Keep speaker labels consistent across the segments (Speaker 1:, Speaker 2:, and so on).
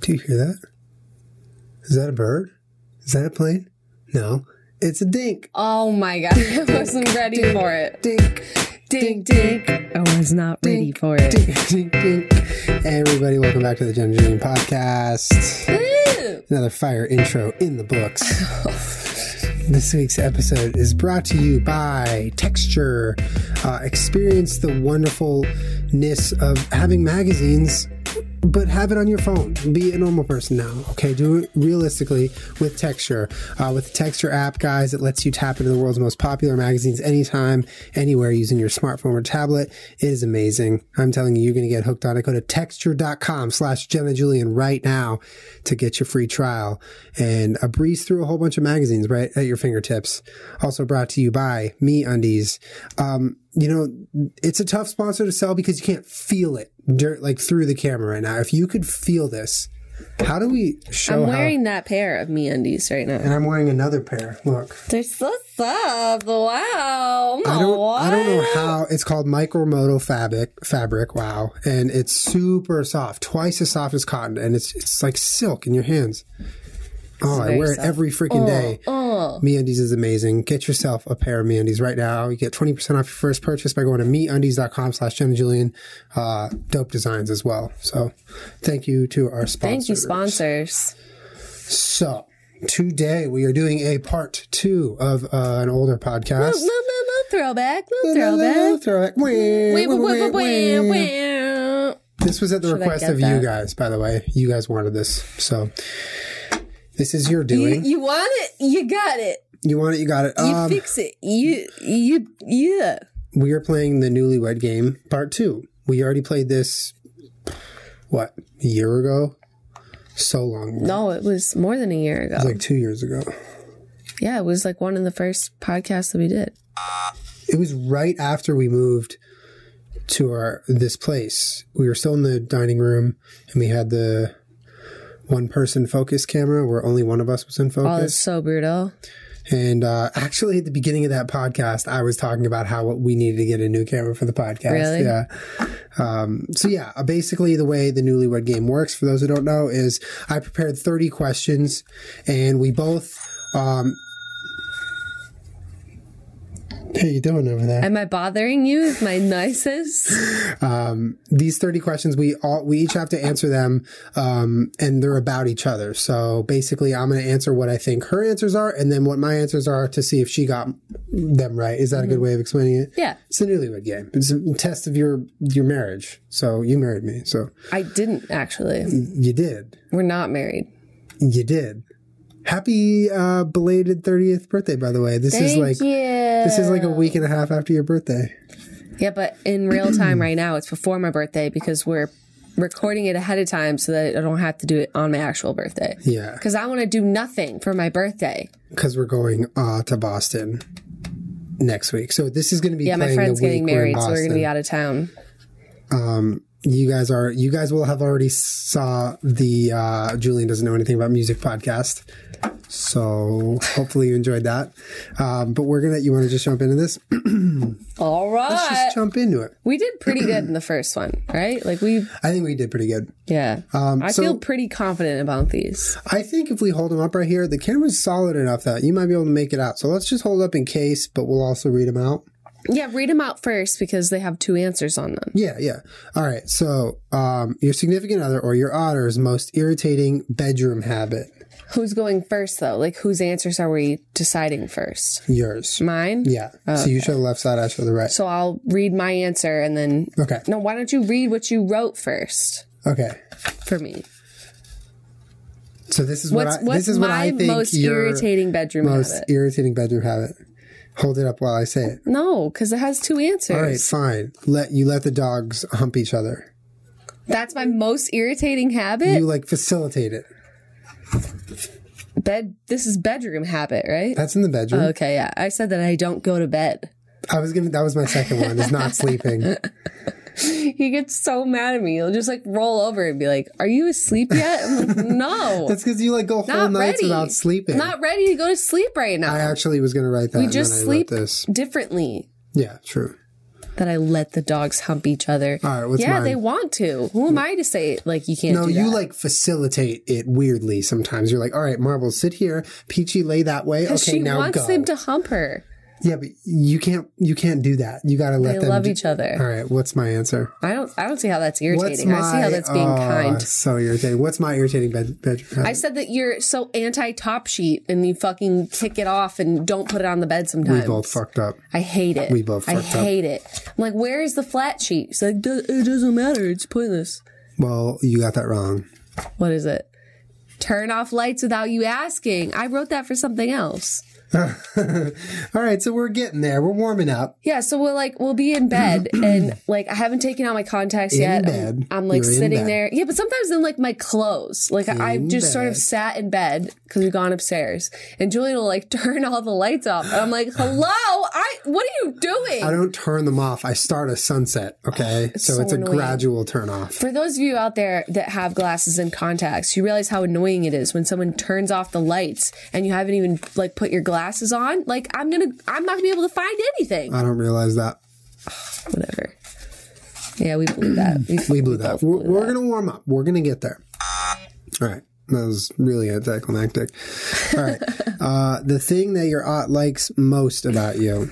Speaker 1: Do you hear that? Is that a bird? Is that a plane? No, it's a dink.
Speaker 2: Oh my god, I wasn't ready for it.
Speaker 1: Dink,
Speaker 2: Dink, dink. I was not ready for it.
Speaker 1: dink, dink, dink. Hey, everybody, welcome back to the Jen and Julian podcast.
Speaker 2: Ooh.
Speaker 1: Another fire intro in the books. This week's episode is brought to you by Texture. Uh, experience the wonderfulness of having magazines, but have it on your phone. Be a normal person now, okay? Do it realistically with Texture. Uh, with the Texture app, guys, it lets you tap into the world's most popular magazines anytime, anywhere using your smartphone or tablet. It is amazing. I'm telling you, you're going to get hooked on it. Go to texture.com slash Jenna Julian right now to get your free trial and a breeze through a whole bunch of magazines right at your fingertips. Also brought to you by Me Undies. Um, you know, it's a tough sponsor to sell because you can't feel it dirt, like through the camera right now. If you could feel this, how do we show
Speaker 2: I'm
Speaker 1: how?
Speaker 2: wearing that pair of me undies right now.
Speaker 1: and I'm wearing another pair. Look.
Speaker 2: They're so soft. Wow.
Speaker 1: I don't,
Speaker 2: Wow.
Speaker 1: I don't know how it's called micromoto fabric fabric wow and it's super soft twice as soft as cotton and it's it's like silk in your hands oh I
Speaker 2: very
Speaker 1: wear it
Speaker 2: soft.
Speaker 1: every freaking day
Speaker 2: Oh,
Speaker 1: MeUndies is amazing get yourself a pair of MeUndies right now you get 20% off your first purchase by going to MeUndies.com slash Jen and Julian uh, dope designs as well so thank you to our sponsor
Speaker 2: thank you, sponsors.
Speaker 1: so today we are doing a part two of uh, an older podcast
Speaker 2: Little, little, little throwback. Little
Speaker 1: Throwback.
Speaker 2: throwback.
Speaker 1: Throwback. Wah,
Speaker 2: Wah,
Speaker 1: wah,
Speaker 2: wah,
Speaker 1: wah,
Speaker 2: wah, wah,
Speaker 1: wah.
Speaker 2: wah.
Speaker 1: This was at the
Speaker 2: I
Speaker 1: request
Speaker 2: get
Speaker 1: of you
Speaker 2: that?
Speaker 1: guys, by the way. You guys wanted this. So this is your
Speaker 2: You,
Speaker 1: doing. You,
Speaker 2: you want it? You got it.
Speaker 1: want it, you got it.
Speaker 2: You
Speaker 1: Um,
Speaker 2: fix it. You, you, yeah.
Speaker 1: we are playing the newlywed game part two. We already played this what, a year ago? So long. ago.
Speaker 2: No, it was more than a year ago.
Speaker 1: Like two years ago.
Speaker 2: Yeah, it was like one of the first podcasts that we did.
Speaker 1: It was right after we moved to our this place. We were still in the dining room and we had the one person focus camera where only one of us was in
Speaker 2: Oh,
Speaker 1: focus.
Speaker 2: it's so brutal.
Speaker 1: And uh, actually, at the beginning of that podcast, I was talking about how we needed to get a new camera for the podcast.
Speaker 2: Really?
Speaker 1: Yeah. Um, so yeah, uh, basically the way the newlywed game works, for those who don't know, is I prepared 30 questions, and we both. Um, how you doing over there?
Speaker 2: Am I bothering you with my nicest?
Speaker 1: these 30 questions we all we each have to answer them um, and they're about each other so basically i'm going to answer what i think her answers are and then what my answers are to see if she got them right is that a good way of explaining it
Speaker 2: Mm-hmm. Yeah.
Speaker 1: it's a newlywed game it's a test of your your marriage so you married me so
Speaker 2: I didn't actually.
Speaker 1: you did
Speaker 2: We're not married.
Speaker 1: you did happy uh, belated 30th birthday by the way this is
Speaker 2: Thank
Speaker 1: like
Speaker 2: you.
Speaker 1: this is like a week and a half after your birthday
Speaker 2: Yeah, but in real time right now, it's before my birthday because we're recording it ahead of time so that I don't have to do it on my actual birthday.
Speaker 1: yeah
Speaker 2: Because I want to do nothing for my birthday.
Speaker 1: because we're going uh, to Boston next week. So this is going to be
Speaker 2: Yeah, my
Speaker 1: playing
Speaker 2: friend's
Speaker 1: the week
Speaker 2: getting
Speaker 1: we're in
Speaker 2: married, so we're going to
Speaker 1: Boston.
Speaker 2: be out of town.
Speaker 1: you guys are you guys will have already saw the uh, Julian doesn't know anything about music podcast. So hopefully you enjoyed that. Um, but we're gonna you want to just jump into this?
Speaker 2: Uh, All right.
Speaker 1: Just jump into it.
Speaker 2: We did pretty good in the first one, right? Like we,
Speaker 1: I think we did pretty good.
Speaker 2: yeah. I
Speaker 1: Um, so-
Speaker 2: feel pretty confident about these.
Speaker 1: I think if we hold them up right here, the camera's solid enough that you might be able to make it out. So let's just hold up in case, but we'll also read them out.
Speaker 2: Yeah, read them out first because they have two answers on them.
Speaker 1: Yeah, yeah. All right. So, um, your significant other or your otter's most irritating bedroom habit.
Speaker 2: Who's going first though? Like whose answers are we deciding first?
Speaker 1: Yours.
Speaker 2: Mine?
Speaker 1: Yeah. So you show the left side, I show the right.
Speaker 2: So I'll read my answer and then
Speaker 1: Okay.
Speaker 2: No, why don't you read what you wrote first
Speaker 1: Okay.
Speaker 2: for me?
Speaker 1: So this is
Speaker 2: What's
Speaker 1: what I,
Speaker 2: what's
Speaker 1: this is what I
Speaker 2: my
Speaker 1: think
Speaker 2: most
Speaker 1: your
Speaker 2: irritating bedroom
Speaker 1: most
Speaker 2: habit?
Speaker 1: irritating bedroom habit. Hold it up while I say it.
Speaker 2: No, because it has two answers.
Speaker 1: All right, fine. Let you let the dogs hump each other.
Speaker 2: That's my most irritating habit.
Speaker 1: You like facilitate it.
Speaker 2: Bed. This is bedroom habit, right?
Speaker 1: That's in the bedroom.
Speaker 2: Okay, yeah. I said that I don't go to bed.
Speaker 1: I was gonna. That was my second one. Is not sleeping.
Speaker 2: He gets so mad at me. He'll just like roll over and be like, "Are you asleep yet?" I'm like, "No,
Speaker 1: That's because you like go whole
Speaker 2: not
Speaker 1: nights
Speaker 2: ready.
Speaker 1: without sleeping.
Speaker 2: Not ready to go to sleep right now.
Speaker 1: I actually was gonna write that.
Speaker 2: we
Speaker 1: and
Speaker 2: just
Speaker 1: then I wrote
Speaker 2: sleep
Speaker 1: this.
Speaker 2: differently.
Speaker 1: Yeah, true.
Speaker 2: that I let the dogs hump each other.
Speaker 1: All right, what's
Speaker 2: yeah,
Speaker 1: mine?
Speaker 2: they want to. Who am I to say like you can't?
Speaker 1: No,
Speaker 2: do
Speaker 1: you
Speaker 2: that?
Speaker 1: like facilitate it weirdly sometimes. You're like, all right, Marble, sit here. Peachy, lay that way.
Speaker 2: 'Cause
Speaker 1: Okay,
Speaker 2: she
Speaker 1: now
Speaker 2: wants
Speaker 1: go.
Speaker 2: them to hump her.
Speaker 1: yeah, but you can't. You can't do that. You gotta let
Speaker 2: They
Speaker 1: them.
Speaker 2: love
Speaker 1: do-
Speaker 2: each other.
Speaker 1: All right, what's my answer?
Speaker 2: I don't. I don't see how that's
Speaker 1: What's
Speaker 2: irritating. I see how
Speaker 1: my-
Speaker 2: that's being
Speaker 1: oh,
Speaker 2: kind.
Speaker 1: So irritating. What's my irritating bed, bedroom? habit?
Speaker 2: I said that you're so anti top sheet and you fucking kick it off and don't put it on the bed
Speaker 1: we
Speaker 2: sometimes.
Speaker 1: both fucked up.
Speaker 2: I hate it.
Speaker 1: we both
Speaker 2: I
Speaker 1: fucked up.
Speaker 2: hate it. I'm like, where is the flat sheet? She's like, "Do- it doesn't matter. It's pointless.
Speaker 1: Well, you got that wrong.
Speaker 2: What is it? Turn off lights without you asking. I wrote that for something else.
Speaker 1: All right, so we're getting there. We're warming up.
Speaker 2: Yeah, so we're like we'll be in bed and like I haven't taken out my contacts yet. I'm-
Speaker 1: bed.
Speaker 2: I'm, like
Speaker 1: You're in
Speaker 2: sitting
Speaker 1: bed.
Speaker 2: there. Yeah, but sometimes in like my clothes. Like I- I've
Speaker 1: In
Speaker 2: just sort of
Speaker 1: bed.
Speaker 2: sat in bed because we've gone upstairs. And Julian will like turn all the lights off. And I'm like, Hello, I what are you doing?
Speaker 1: I don't turn them off. I start a sunset. Okay, so,
Speaker 2: so
Speaker 1: it's a
Speaker 2: annoying.
Speaker 1: gradual turn off.
Speaker 2: for those of you out there that have glasses and contacts, you realize how annoying it is when someone turns off the lights and you haven't even like put your glasses on. Like I'm gonna, I'm not gonna be able to find anything.
Speaker 1: I don't realize that.
Speaker 2: Whatever. Yeah, we blew that. We,
Speaker 1: We blew that. We're, we're gonna warm up. We're gonna get there. All right. That was really anticlimactic. All right. uh, the thing that your aunt likes most about you.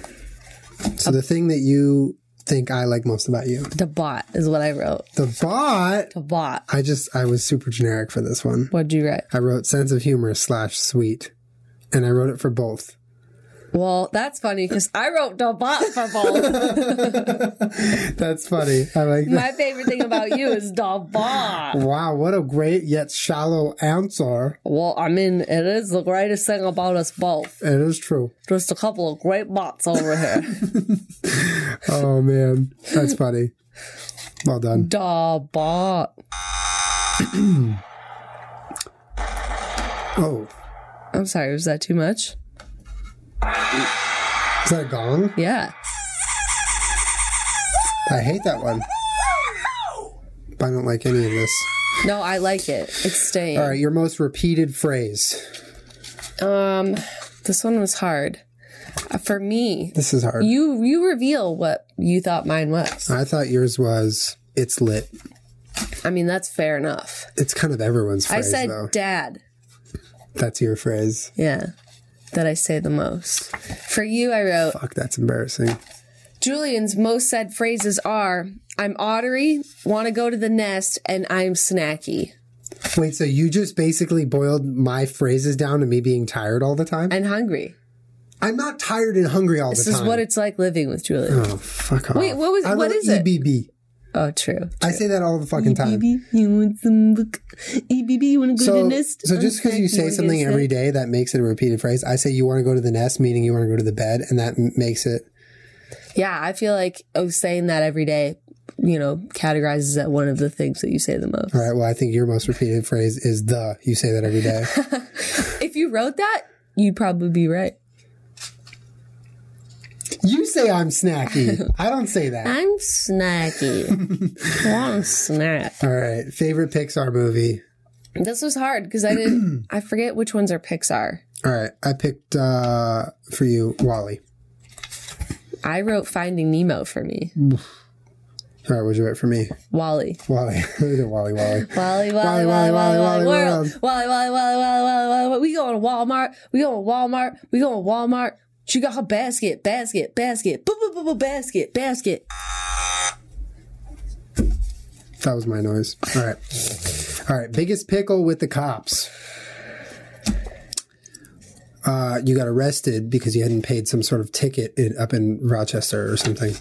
Speaker 1: So the thing that you think I like most about you.
Speaker 2: the bot is what I wrote.
Speaker 1: The bot.
Speaker 2: The bot.
Speaker 1: I just I was super generic for this one.
Speaker 2: What'd you write?
Speaker 1: I wrote sense of humor slash sweet, and I wrote it for both.
Speaker 2: Well, that's funny because I wrote the bot for both.
Speaker 1: That's funny. I like that.
Speaker 2: My favorite thing about you is the bot.
Speaker 1: Wow, what a great yet shallow answer.
Speaker 2: Well, I mean, it is the greatest thing about us both.
Speaker 1: It is true.
Speaker 2: Just a couple of great bots over here.
Speaker 1: Oh man, that's funny. Well done.
Speaker 2: the bot.
Speaker 1: Oh,
Speaker 2: I'm sorry, was that too much?
Speaker 1: is that a gong?
Speaker 2: Yeah.
Speaker 1: I hate that one. I don't like any of this.
Speaker 2: No, I like it. It's staying.
Speaker 1: All right, your most repeated phrase.
Speaker 2: Um, this one was hard Uh, for me.
Speaker 1: This is hard.
Speaker 2: You you reveal what you thought mine was.
Speaker 1: I thought yours was it's lit.
Speaker 2: I mean, that's fair enough.
Speaker 1: It's kind of everyone's
Speaker 2: I
Speaker 1: phrase
Speaker 2: said
Speaker 1: though.
Speaker 2: dad.
Speaker 1: That's your phrase.
Speaker 2: Yeah. That I say the most. For you, I wrote
Speaker 1: Fuck, that's embarrassing.
Speaker 2: Julian's most said phrases are I'm ornery, want to go to the nest, and I'm snacky.
Speaker 1: Wait, so you just basically boiled my phrases down to me being tired all the time?
Speaker 2: And hungry.
Speaker 1: I'm not tired and hungry all the
Speaker 2: This
Speaker 1: time.
Speaker 2: is what it's like living with Julian.
Speaker 1: Oh, fuck off.
Speaker 2: Wait, what was-
Speaker 1: I
Speaker 2: what
Speaker 1: wrote
Speaker 2: is it? E
Speaker 1: EBB.
Speaker 2: Oh, true.
Speaker 1: I say that all the fucking time.
Speaker 2: EBB, you want some book? EBB, you want to go
Speaker 1: So,
Speaker 2: to the nest?
Speaker 1: so just because you say something every day that makes it a repeated phrase, I say you want to go to the nest, meaning you want to go to the bed, and that m- makes it.
Speaker 2: Yeah, I feel like oh, saying that every day, you know, categorizes that one of the things that you say the most.
Speaker 1: All right. Well, I think your most repeated phrase is the. You say that every day.
Speaker 2: If you wrote that, you'd probably be right.
Speaker 1: you say I'm snacky. I don't say that.
Speaker 2: I'm snacky. want a snack.
Speaker 1: All right. Favorite Pixar movie.
Speaker 2: This was hard because I didn't. I forget which ones are Pixar.
Speaker 1: All right. I picked uh, for you Wally.
Speaker 2: I wrote Finding Nemo for me.
Speaker 1: All right. What'd you write for me?
Speaker 2: Wally.
Speaker 1: Wally. Wally. Wally.
Speaker 2: Wally, Wally, Wally, Wally, Wally, World.
Speaker 1: World.
Speaker 2: Wally, Wally, Wally, Wally, Wally, Wally, World. We going to Walmart. We going to Walmart. We going to Walmart. She got her basket, basket, basket, boo, boo, boo, boo, basket, basket.
Speaker 1: That was my noise. All right. All right. Biggest pickle with the cops. Uh, you got arrested because you hadn't paid some sort of ticket in, up in Rochester or something.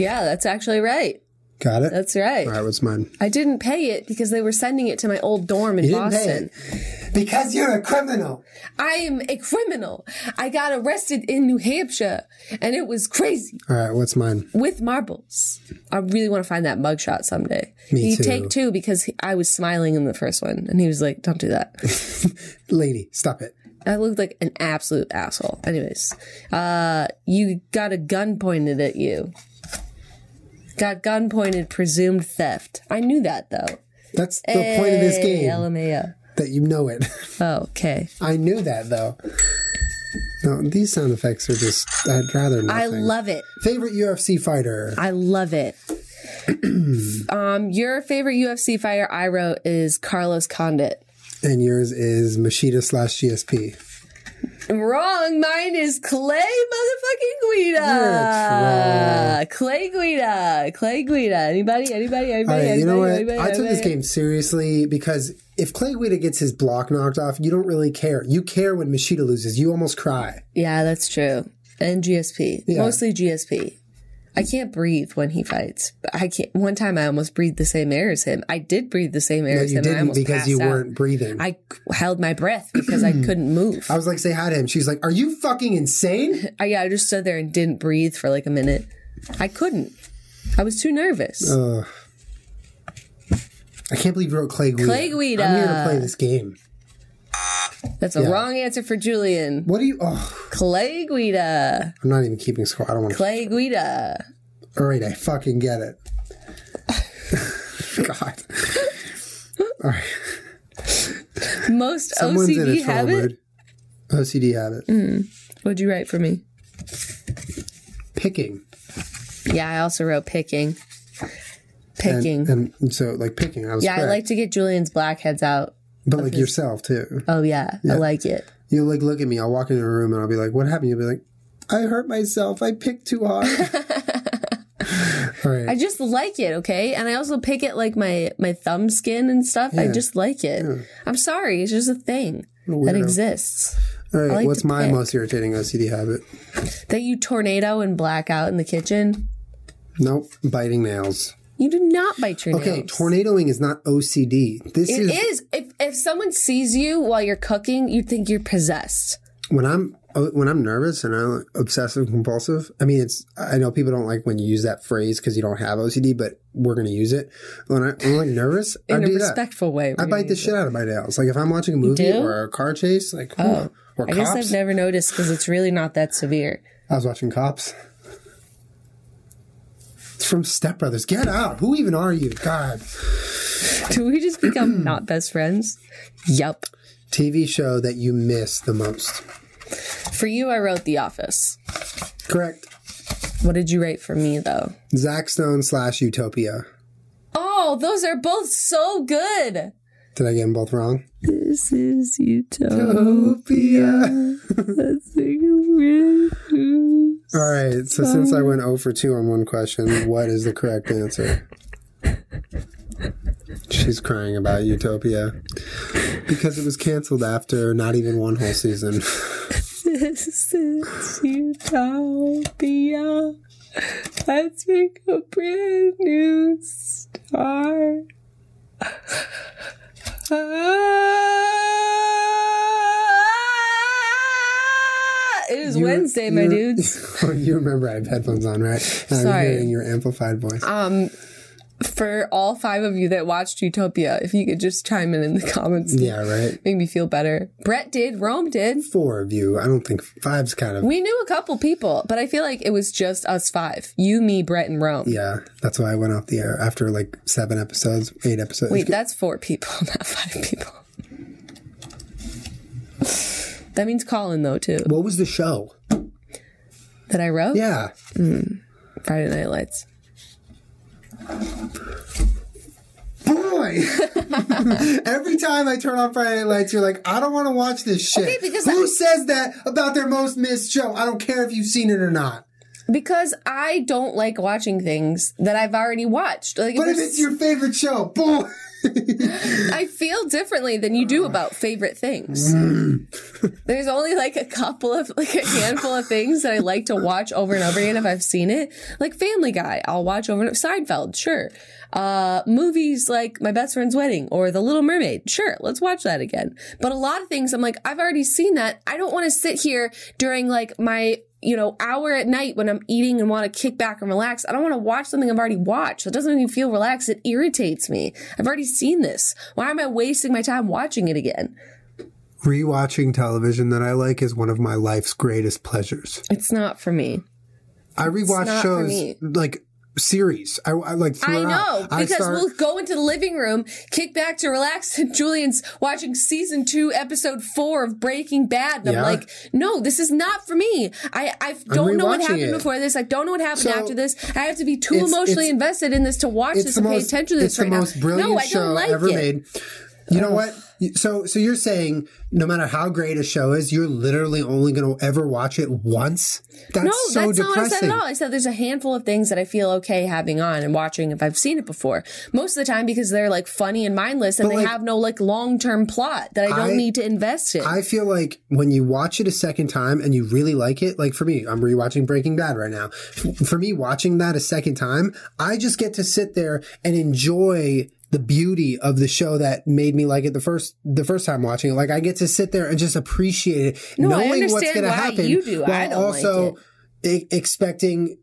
Speaker 2: Yeah, that's actually right.
Speaker 1: Got it?
Speaker 2: That's right.
Speaker 1: All right. What's mine?
Speaker 2: I didn't pay it because they were sending it to my old dorm in
Speaker 1: didn't pay
Speaker 2: Boston.
Speaker 1: Because you're a criminal.
Speaker 2: I am a criminal. I got arrested in New Hampshire and it was crazy
Speaker 1: All right. What's mine?
Speaker 2: with marbles. I really want to find that mugshot someday.
Speaker 1: Me
Speaker 2: he
Speaker 1: too.
Speaker 2: take two because he- I was smiling in the first one and he was like, don't do that.
Speaker 1: Lady, stop it.
Speaker 2: I looked like an absolute asshole. Anyways, uh, you got a gun pointed at you. Got gun pointed, presumed theft. I knew that though.
Speaker 1: That's the point of this
Speaker 2: Hey,
Speaker 1: game
Speaker 2: LMAO.
Speaker 1: that you know it.
Speaker 2: Oh, okay.
Speaker 1: I knew that though. No, these sound effects are just. I'd rather nothing.
Speaker 2: I love it.
Speaker 1: Favorite UFC fighter?
Speaker 2: I love it. um, your favorite UFC fighter I wrote is Carlos Condit.
Speaker 1: And yours is Machida slash GSP.
Speaker 2: Wrong. Mine is Clay motherfucking Guida. Clay Guida. Clay Guida. Anybody? Anybody? Anybody?
Speaker 1: All right,
Speaker 2: anybody,
Speaker 1: you know what?
Speaker 2: anybody,
Speaker 1: I took this
Speaker 2: anybody?
Speaker 1: game seriously because if Clay Guida gets his block knocked off, you don't really care. You care when Machida loses. You almost cry.
Speaker 2: Yeah, that's true. And GSP. Mostly GSP. I can't breathe when he fights. I can't. One time I almost breathed the same air as him. I did breathe the same air
Speaker 1: But
Speaker 2: as
Speaker 1: you
Speaker 2: him. and I
Speaker 1: didn't
Speaker 2: almost
Speaker 1: because you
Speaker 2: passed out.
Speaker 1: weren't breathing. I,
Speaker 2: I held my breath because I couldn't move.
Speaker 1: was like, say hi to him. She's like, Are you fucking insane?
Speaker 2: I, yeah, I just stood there and didn't breathe for like a minute. I couldn't. I was too nervous.
Speaker 1: Uh, I can't believe you wrote Clay Guida.
Speaker 2: Clay Guida.
Speaker 1: I'm here to play this game.
Speaker 2: That's a wrong answer for Julian.
Speaker 1: What do you. Oh,
Speaker 2: Clay Guida.
Speaker 1: I'm not even keeping score. I don't want to.
Speaker 2: Clay Guida.
Speaker 1: All right, I fucking get it. God.
Speaker 2: Most
Speaker 1: Someone's in
Speaker 2: OCD
Speaker 1: a troll
Speaker 2: habit.
Speaker 1: mood. OCD habit.
Speaker 2: What'd you write for me?
Speaker 1: Picking.
Speaker 2: Yeah, I also wrote picking.
Speaker 1: And-
Speaker 2: Picking.
Speaker 1: And, so, like, picking. I was
Speaker 2: yeah, I
Speaker 1: correct.
Speaker 2: like to get Julian's blackheads out.
Speaker 1: But, like, yourself, too.
Speaker 2: Oh yeah, I like it.
Speaker 1: You'll, like, look at me. I'll walk into a room and I'll be like, what happened? You'll be like, I hurt myself. I picked too hard. All right.
Speaker 2: I just like it, okay? And I also pick it like my my thumb skin and stuff. I just like it. I'm sorry, it's just a thing that
Speaker 1: weirdo.
Speaker 2: exists.
Speaker 1: All right.
Speaker 2: like
Speaker 1: what's
Speaker 2: to
Speaker 1: my
Speaker 2: pick.
Speaker 1: most irritating OCD habit?
Speaker 2: That you tornado and blackout in the kitchen.
Speaker 1: Nope. Biting nails.
Speaker 2: You do not bite your
Speaker 1: Okay.
Speaker 2: nails.
Speaker 1: Tornadoing is not OCD. This
Speaker 2: It
Speaker 1: is
Speaker 2: is. If if someone sees you while you're cooking, you'd think you're possessed.
Speaker 1: when I'm oh, when I'm nervous and I'm obsessive compulsive. I mean, it's I know people don't like when you use that phrase because you don't have OCD, but we're gonna use it. When I, am like nervous, I
Speaker 2: In a
Speaker 1: do that.
Speaker 2: respectful way.
Speaker 1: I bite the shit out of my nails. Like if I'm watching a movie
Speaker 2: do? Oh.
Speaker 1: or a car chase, like or
Speaker 2: I guess I've
Speaker 1: cops.
Speaker 2: never noticed because it's really not that severe.
Speaker 1: I was watching cops. It's from Step Brothers. Get out. Who even are you? God.
Speaker 2: Do we just become not best friends? Yup.
Speaker 1: TV show that you miss the most.
Speaker 2: For you, I wrote The Office.
Speaker 1: Correct.
Speaker 2: What did you write for me though?
Speaker 1: Zack Stone slash Utopia.
Speaker 2: Oh, those are both so good.
Speaker 1: Did I get them both wrong?
Speaker 2: This is Utah.
Speaker 1: Utopia.
Speaker 2: Wait,
Speaker 1: All right. So since I went 0 for 2 on one question, what is the correct answer? She's crying about Utopia because it was canceled after not even one whole season.
Speaker 2: this is Utopia. Let's make a brand new star. Ah, It is Wednesday, my
Speaker 1: you're-
Speaker 2: dudes.
Speaker 1: Oh, you remember I have headphones on, right? And
Speaker 2: Sorry.
Speaker 1: I'm hearing your amplified voice.
Speaker 2: um for all five of you that watched Utopia, if you could just chime in in the comments,
Speaker 1: yeah, right.
Speaker 2: make me feel better. Brett did, Rome did.
Speaker 1: Four of you. I don't think five's kind of
Speaker 2: We knew a couple people, but I feel like it was just us five: you, me, Brett, and Rome.
Speaker 1: Yeah, that's why I went off the air after like seven episodes, eight episodes.
Speaker 2: Wait, that's four people, not five people. That means Colin though too.
Speaker 1: what was the show?
Speaker 2: That I wrote
Speaker 1: Yeah,
Speaker 2: Friday Night Lights.
Speaker 1: boy. Every time I turn on Friday Night Lights, you're like, I don't want to watch this shit.
Speaker 2: Okay, because
Speaker 1: Who
Speaker 2: I-
Speaker 1: says that about their most missed show? I don't care if you've seen it or not.
Speaker 2: Because I don't like watching things that I've already watched. Like,
Speaker 1: But if
Speaker 2: there's-
Speaker 1: it's your favorite show, boy.
Speaker 2: I feel differently than you do about favorite things. There's only like a couple of like a handful of things that I like to watch over and over again if I've seen it. Like Family Guy, I'll watch over and Seinfeld, sure. Uh movies like My Best Friend's Wedding or The Little Mermaid, sure, let's watch that again. But a lot of things I'm like, I've already seen that. I don't want to sit here during like my you know, hour at night when I'm eating and want to kick back and relax. I don't want to watch something I've already watched. It doesn't make me feel relaxed. It irritates me. I've already seen this. Why am I wasting my time watching it again?
Speaker 1: Rewatching television that I like is one of my life's greatest pleasures.
Speaker 2: It's not for me.
Speaker 1: I rewatch
Speaker 2: not for
Speaker 1: shows
Speaker 2: me.
Speaker 1: like series. I, I like.
Speaker 2: I
Speaker 1: throughout.
Speaker 2: know
Speaker 1: I
Speaker 2: because
Speaker 1: start-
Speaker 2: we'll go into the living room, kick back to relax, and Julian's watching season two, episode four of Breaking Bad. And
Speaker 1: Yeah.
Speaker 2: I'm like, no, this is not for me. I, I don't know what
Speaker 1: rewatching
Speaker 2: happened
Speaker 1: it.
Speaker 2: before this. I don't know what happened
Speaker 1: So,
Speaker 2: after this. I have to be too
Speaker 1: it's-
Speaker 2: emotionally
Speaker 1: it's-
Speaker 2: invested in this to watch
Speaker 1: it's
Speaker 2: this
Speaker 1: the
Speaker 2: and
Speaker 1: most.
Speaker 2: pay attention to this
Speaker 1: it's
Speaker 2: right
Speaker 1: the most
Speaker 2: now.
Speaker 1: brilliant
Speaker 2: no, I don't
Speaker 1: show
Speaker 2: like
Speaker 1: ever
Speaker 2: it.
Speaker 1: made. You know what? You- So, so you're saying no matter how great a show is, you're literally only going to ever watch it once. That's
Speaker 2: No,
Speaker 1: so
Speaker 2: that's not what I said
Speaker 1: depressing.
Speaker 2: at all. I said there's a handful of things that I feel okay having on and watching if I've seen it before. Most of the time because they're like funny and mindless and
Speaker 1: But,
Speaker 2: they
Speaker 1: like,
Speaker 2: have no like long term plot that I don't
Speaker 1: I-
Speaker 2: need to invest in.
Speaker 1: I feel like when you watch it a second time and you really like it, like for me, I'm rewatching Breaking Bad right now. F- For me, watching that a second time, I just get to sit there and enjoy the beauty of the show that made me like it the first the first time watching it. Like I get to sit there and just appreciate it,
Speaker 2: No,
Speaker 1: knowing
Speaker 2: I
Speaker 1: what's
Speaker 2: understand
Speaker 1: going to
Speaker 2: why
Speaker 1: happen.
Speaker 2: you do. I
Speaker 1: while
Speaker 2: don't like
Speaker 1: also e- expecting.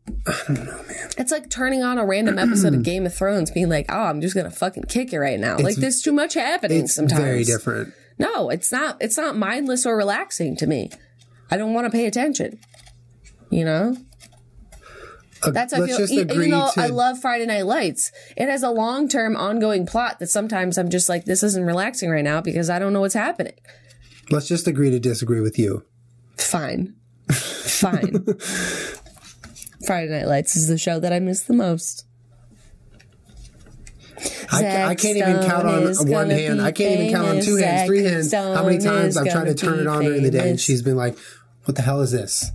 Speaker 2: It's like turning on a random episode of Game of Thrones, being like, "Oh, I'm just gonna fucking kick it right now." like there's too much happening
Speaker 1: It's
Speaker 2: sometimes.
Speaker 1: very different.
Speaker 2: No, it's not. It's not mindless or relaxing to me. I don't want to pay attention. You know.
Speaker 1: Uh,
Speaker 2: That's how I
Speaker 1: let's
Speaker 2: feel.
Speaker 1: just
Speaker 2: e-
Speaker 1: agree
Speaker 2: Even though
Speaker 1: to
Speaker 2: I love Friday Night Lights, it has a long term ongoing plot that sometimes I'm just like, this isn't relaxing right now because I don't know what's happening.
Speaker 1: let's just agree to disagree with you.
Speaker 2: Fine. Fine. Friday Night Lights is the show that I miss the most.
Speaker 1: I, ca- I
Speaker 2: Zack
Speaker 1: can't even count
Speaker 2: Stone
Speaker 1: on
Speaker 2: is
Speaker 1: one
Speaker 2: gonna
Speaker 1: hand.
Speaker 2: be
Speaker 1: I can't even count on two
Speaker 2: famous.
Speaker 1: hands, three
Speaker 2: Zack
Speaker 1: hands. How many
Speaker 2: Stone
Speaker 1: times
Speaker 2: is
Speaker 1: I've tried to
Speaker 2: gonna
Speaker 1: turn it
Speaker 2: be
Speaker 1: on during the day and
Speaker 2: famous.
Speaker 1: she's been like, what the hell is this?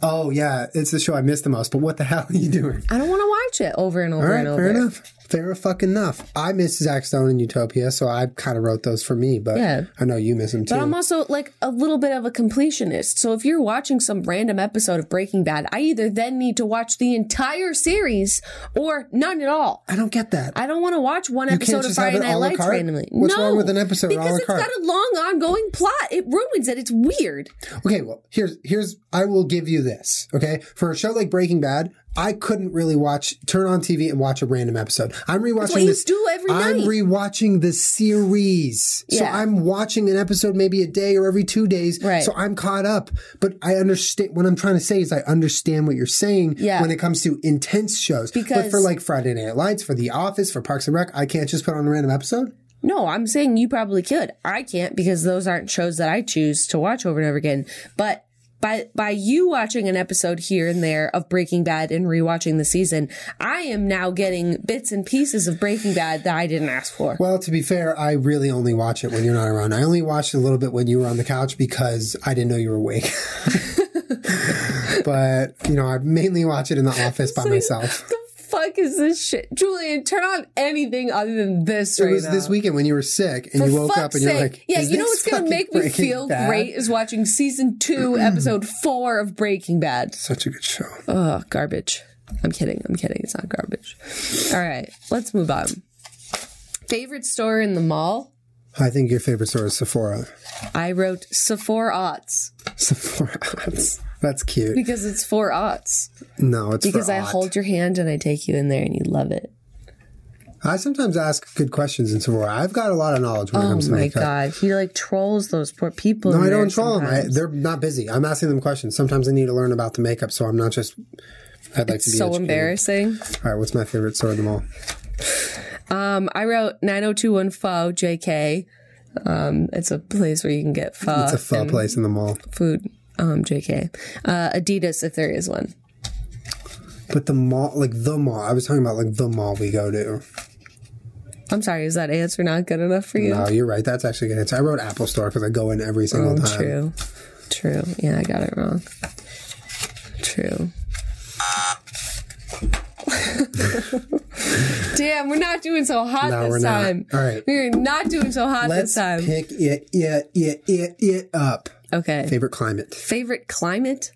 Speaker 1: Oh, yeah, it's the show I miss the most, but what the hell are you doing?
Speaker 2: I don't want to watch it over and over
Speaker 1: All right,
Speaker 2: and over.
Speaker 1: fair enough. Fair fucking enough. I miss Zack Stone and Utopia, so I kind of wrote those for me, but
Speaker 2: Yeah.
Speaker 1: I know you miss them too.
Speaker 2: But I'm also like a little bit of a completionist. So if you're watching some random episode of Breaking Bad, I either then need to watch the entire series or none at all.
Speaker 1: I don't get that.
Speaker 2: I don't want to watch one
Speaker 1: can't
Speaker 2: episode of
Speaker 1: just have
Speaker 2: Friday
Speaker 1: it
Speaker 2: Night
Speaker 1: a la
Speaker 2: Lights
Speaker 1: carte?
Speaker 2: randomly.
Speaker 1: What's
Speaker 2: no,
Speaker 1: wrong with an episode a la
Speaker 2: because it's
Speaker 1: carte?
Speaker 2: got a long ongoing plot. It ruins it. It's weird.
Speaker 1: Okay, well, here's here's I will give you this. Okay, for a show like Breaking Bad, I couldn't really watch turn on TV and watch a random episode. I'm rewatching
Speaker 2: what you
Speaker 1: this.
Speaker 2: do every
Speaker 1: I'm
Speaker 2: night.
Speaker 1: rewatching the series, so
Speaker 2: Yeah.
Speaker 1: I'm watching an episode maybe a day or every two days.
Speaker 2: Right.
Speaker 1: So I'm caught up. But I understand what I'm trying to say is I understand what you're saying
Speaker 2: Yeah.
Speaker 1: when it comes to intense shows. but
Speaker 2: Because-
Speaker 1: for like Friday Night Lights, for The Office, for Parks and Rec, I can't just put on a random episode.
Speaker 2: No, I'm saying you probably could. I can't because those aren't shows that I choose to watch over and over again. But by by you watching an episode here and there of Breaking Bad and rewatching the season, I am now getting bits and pieces of Breaking Bad that I didn't ask for.
Speaker 1: Well, to be fair, I really only watch it when you're not around. I only watched a little bit when you were on the couch because I didn't know you were awake. but, you know, I mainly watch it in the office by myself.
Speaker 2: the fuck is this shit, Julian? Turn on anything other than this
Speaker 1: It
Speaker 2: right
Speaker 1: was
Speaker 2: now.
Speaker 1: this weekend when you were sick and
Speaker 2: For
Speaker 1: you woke
Speaker 2: fuck's
Speaker 1: up and you're
Speaker 2: sake.
Speaker 1: like,
Speaker 2: yeah,
Speaker 1: "Is
Speaker 2: you know
Speaker 1: this
Speaker 2: what's gonna
Speaker 1: fucking
Speaker 2: make me
Speaker 1: Breaking
Speaker 2: feel
Speaker 1: Bad?"
Speaker 2: great is watching season two, episode four of Breaking Bad.
Speaker 1: Such a good show.
Speaker 2: Oh, garbage. I'm kidding. I'm kidding. It's not garbage. All right, let's move on. Favorite store in the mall?
Speaker 1: I think your favorite store is Sephora.
Speaker 2: I wrote Sephora Aughts
Speaker 1: Sephora. That's, that's cute.
Speaker 2: because it's for aughts.
Speaker 1: No, it's
Speaker 2: Because
Speaker 1: for
Speaker 2: I
Speaker 1: aught.
Speaker 2: hold your hand and I take you in there and you love it.
Speaker 1: I sometimes ask good questions in Sephora. I've got a lot of knowledge when it
Speaker 2: Oh
Speaker 1: comes to
Speaker 2: my
Speaker 1: makeup.
Speaker 2: god, he like trolls those poor people.
Speaker 1: No,
Speaker 2: in
Speaker 1: I
Speaker 2: there
Speaker 1: don't troll them. I,
Speaker 2: sometimes.
Speaker 1: they're not busy. I'm asking them questions. Sometimes I need to learn about the makeup, so I'm not just. I'd like to be
Speaker 2: so
Speaker 1: educated.
Speaker 2: embarrassing.
Speaker 1: All right, what's my favorite store in the mall?
Speaker 2: Um, I wrote 90210 pho JK. Um, it's a place where you can get pho
Speaker 1: It's a fun place in the mall.
Speaker 2: food. Um, JK. Uh, Adidas if there is one.
Speaker 1: But the mall, like the mall, I was talking about like the mall we go to.
Speaker 2: I'm sorry, is that answer not good enough for you?
Speaker 1: Oh, you're right. That's actually a good answer. I wrote Apple Store because I go in every single
Speaker 2: Oh,
Speaker 1: time.
Speaker 2: true. True. Yeah, I got it wrong. True. Damn, we're not doing so hot
Speaker 1: No,
Speaker 2: this
Speaker 1: we're not.
Speaker 2: time.
Speaker 1: All right.
Speaker 2: We're not doing so hot
Speaker 1: Let's
Speaker 2: this time.
Speaker 1: pick it, it, it, it, it up.
Speaker 2: okay. Favorite.
Speaker 1: Favorite climate?
Speaker 2: climate?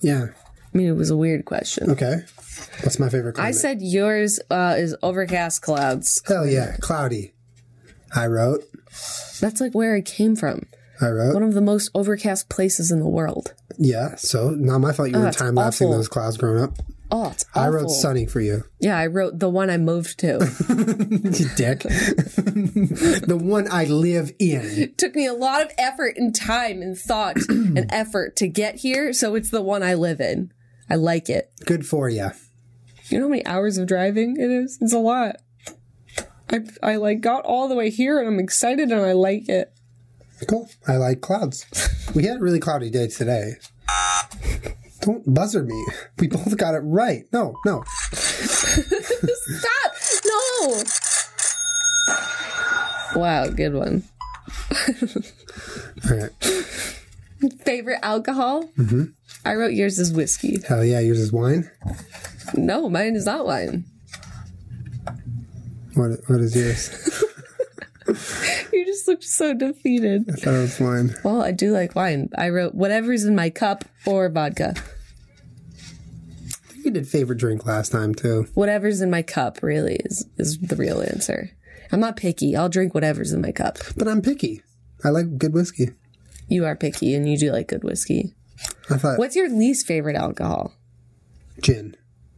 Speaker 1: Yeah.
Speaker 2: I mean, it was a weird question.
Speaker 1: Okay. What's my favorite
Speaker 2: I
Speaker 1: climate?
Speaker 2: said yours uh, is overcast clouds.
Speaker 1: Hell yeah, cloudy. I wrote.
Speaker 2: That's like where I came from.
Speaker 1: I wrote.
Speaker 2: One of the most overcast places in the world.
Speaker 1: Yeah. So not my fault you were
Speaker 2: Oh, that's
Speaker 1: time lapsing
Speaker 2: awful.
Speaker 1: those clouds growing up.
Speaker 2: Oh, it's awful.
Speaker 1: I wrote sunny for you.
Speaker 2: Yeah, I wrote the one I moved to.
Speaker 1: You dick. the one I live in.
Speaker 2: took me a lot of effort and time and thought and effort to get here. So it's the one I live in. I like it.
Speaker 1: Good for you.
Speaker 2: You know how many hours of driving it is? It's a lot. I, I like got all the way here and I'm excited and I like it.
Speaker 1: Cool. I like clouds. We had a really cloudy day today. Don't buzzer me. We both got it right. No, no.
Speaker 2: Stop! No! Wow, good one.
Speaker 1: All right.
Speaker 2: Favorite alcohol? Mm-hmm. I wrote yours is whiskey.
Speaker 1: Hell yeah, yours is wine.
Speaker 2: No, mine is not wine.
Speaker 1: What what is yours?
Speaker 2: You just looked so defeated.
Speaker 1: I thought it was wine.
Speaker 2: Well, I do like wine. I wrote whatever's in my cup or vodka.
Speaker 1: You did favorite drink last time too.
Speaker 2: Whatever's in my cup really is is the real answer. I'm not picky. I'll drink whatever's in my cup.
Speaker 1: But I'm picky. I like good whiskey.
Speaker 2: You are picky and you do like good whiskey.
Speaker 1: I thought
Speaker 2: What's your least favorite alcohol?
Speaker 1: gin.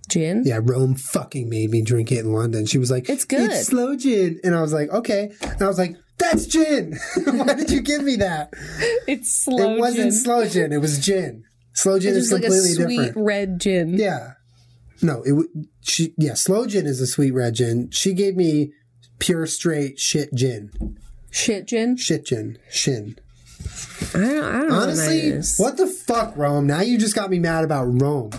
Speaker 2: Gin?
Speaker 1: Yeah, Rome fucking made me drink it in London. She was like,
Speaker 2: It's good.
Speaker 1: It's slow gin. And I was like, okay. And I was like, that's gin. Why did you give me that?
Speaker 2: It's slow
Speaker 1: it wasn't
Speaker 2: gin.
Speaker 1: slow gin. It was gin. Slow gin
Speaker 2: It's
Speaker 1: is
Speaker 2: like a
Speaker 1: completely
Speaker 2: sweet
Speaker 1: different.
Speaker 2: red gin.
Speaker 1: Yeah. No, it would. She yeah, slow gin is a sweet red gin. She gave me pure straight shit gin,
Speaker 2: Shit gin?
Speaker 1: shit gin, shin.
Speaker 2: I don't, I don't know what
Speaker 1: Honestly,
Speaker 2: that is.
Speaker 1: what the fuck, Rome? Now you just got me mad about Rome.